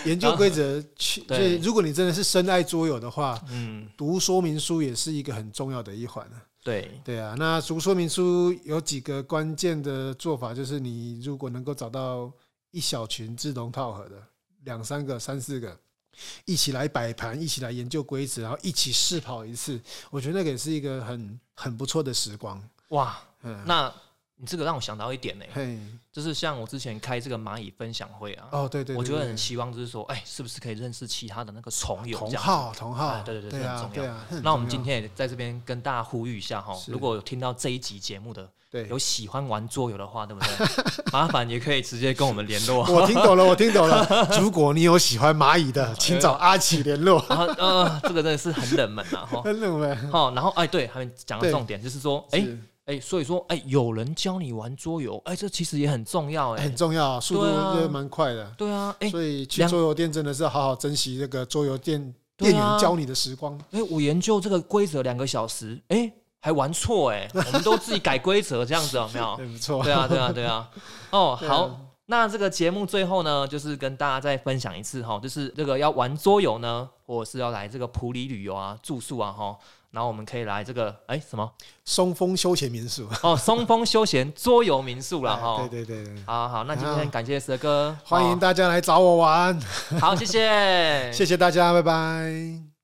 研究规则去，
对
所以如果你真的是深爱桌游的话，
嗯，
读说明书也是一个很重要的一环啊。
对，
对啊，那读说明书有几个关键的做法，就是你如果能够找到一小群志同道合的，两三个、三四个。一起来摆盘，一起来研究规则，然后一起试跑一次，我觉得那个也是一个很很不错的时光。
哇，
嗯，
那你这个让我想到一点呢、
嘿，
就是像我之前开这个蚂蚁分享会啊，
哦，对对，
我
对
觉得
对
很希望就是说，哎，是不是可以认识其他的那个虫友
同
这样子？
号同号
哎，对对对
对
这很
啊
重要
对啊。
那我们
很重
今
要
天也在这边跟大家呼吁一下哈，
是
如果有听到这一集节目的，
对
有喜欢玩桌游的话，对不 对？麻烦也可以直接跟我们联络。
我听懂了，我听懂 了。如果你有喜欢蚂蚁的，请找阿奇联络。
然后呃，这个真的是很冷门啊哈。
很冷门，
好，然后哎，对，还没讲到
嗯对
重点，就是说，哎
是
哎，所以说，哎，有人教你玩桌游，哎，这其实也很重要哎
很。重要，速
对啊
度就蛮快的。
对啊，哎
所以去
两
桌游店真的是要好好珍惜这个桌游店
对啊
店员教你的时光。
哎，我研究这个规则两个小时，哎，还玩错哎，我们都自己改规则这样子有没有？
对，不错。
对啊，对啊，对啊。哦，
对啊
好，那这个节目最后呢，就是跟大家再分享一次哈，就是这个要玩桌游呢，或者是要来这个普里旅游啊、住宿啊哈，然后我们可以来这个哎什么
松风休闲民宿。
哦，松风休闲桌游民宿啦哈。
哎对对对对，
好好，那今天感谢蛇哥，哦
欢迎大家来找我玩， 哎
好，好，谢谢，
谢谢大家，拜拜。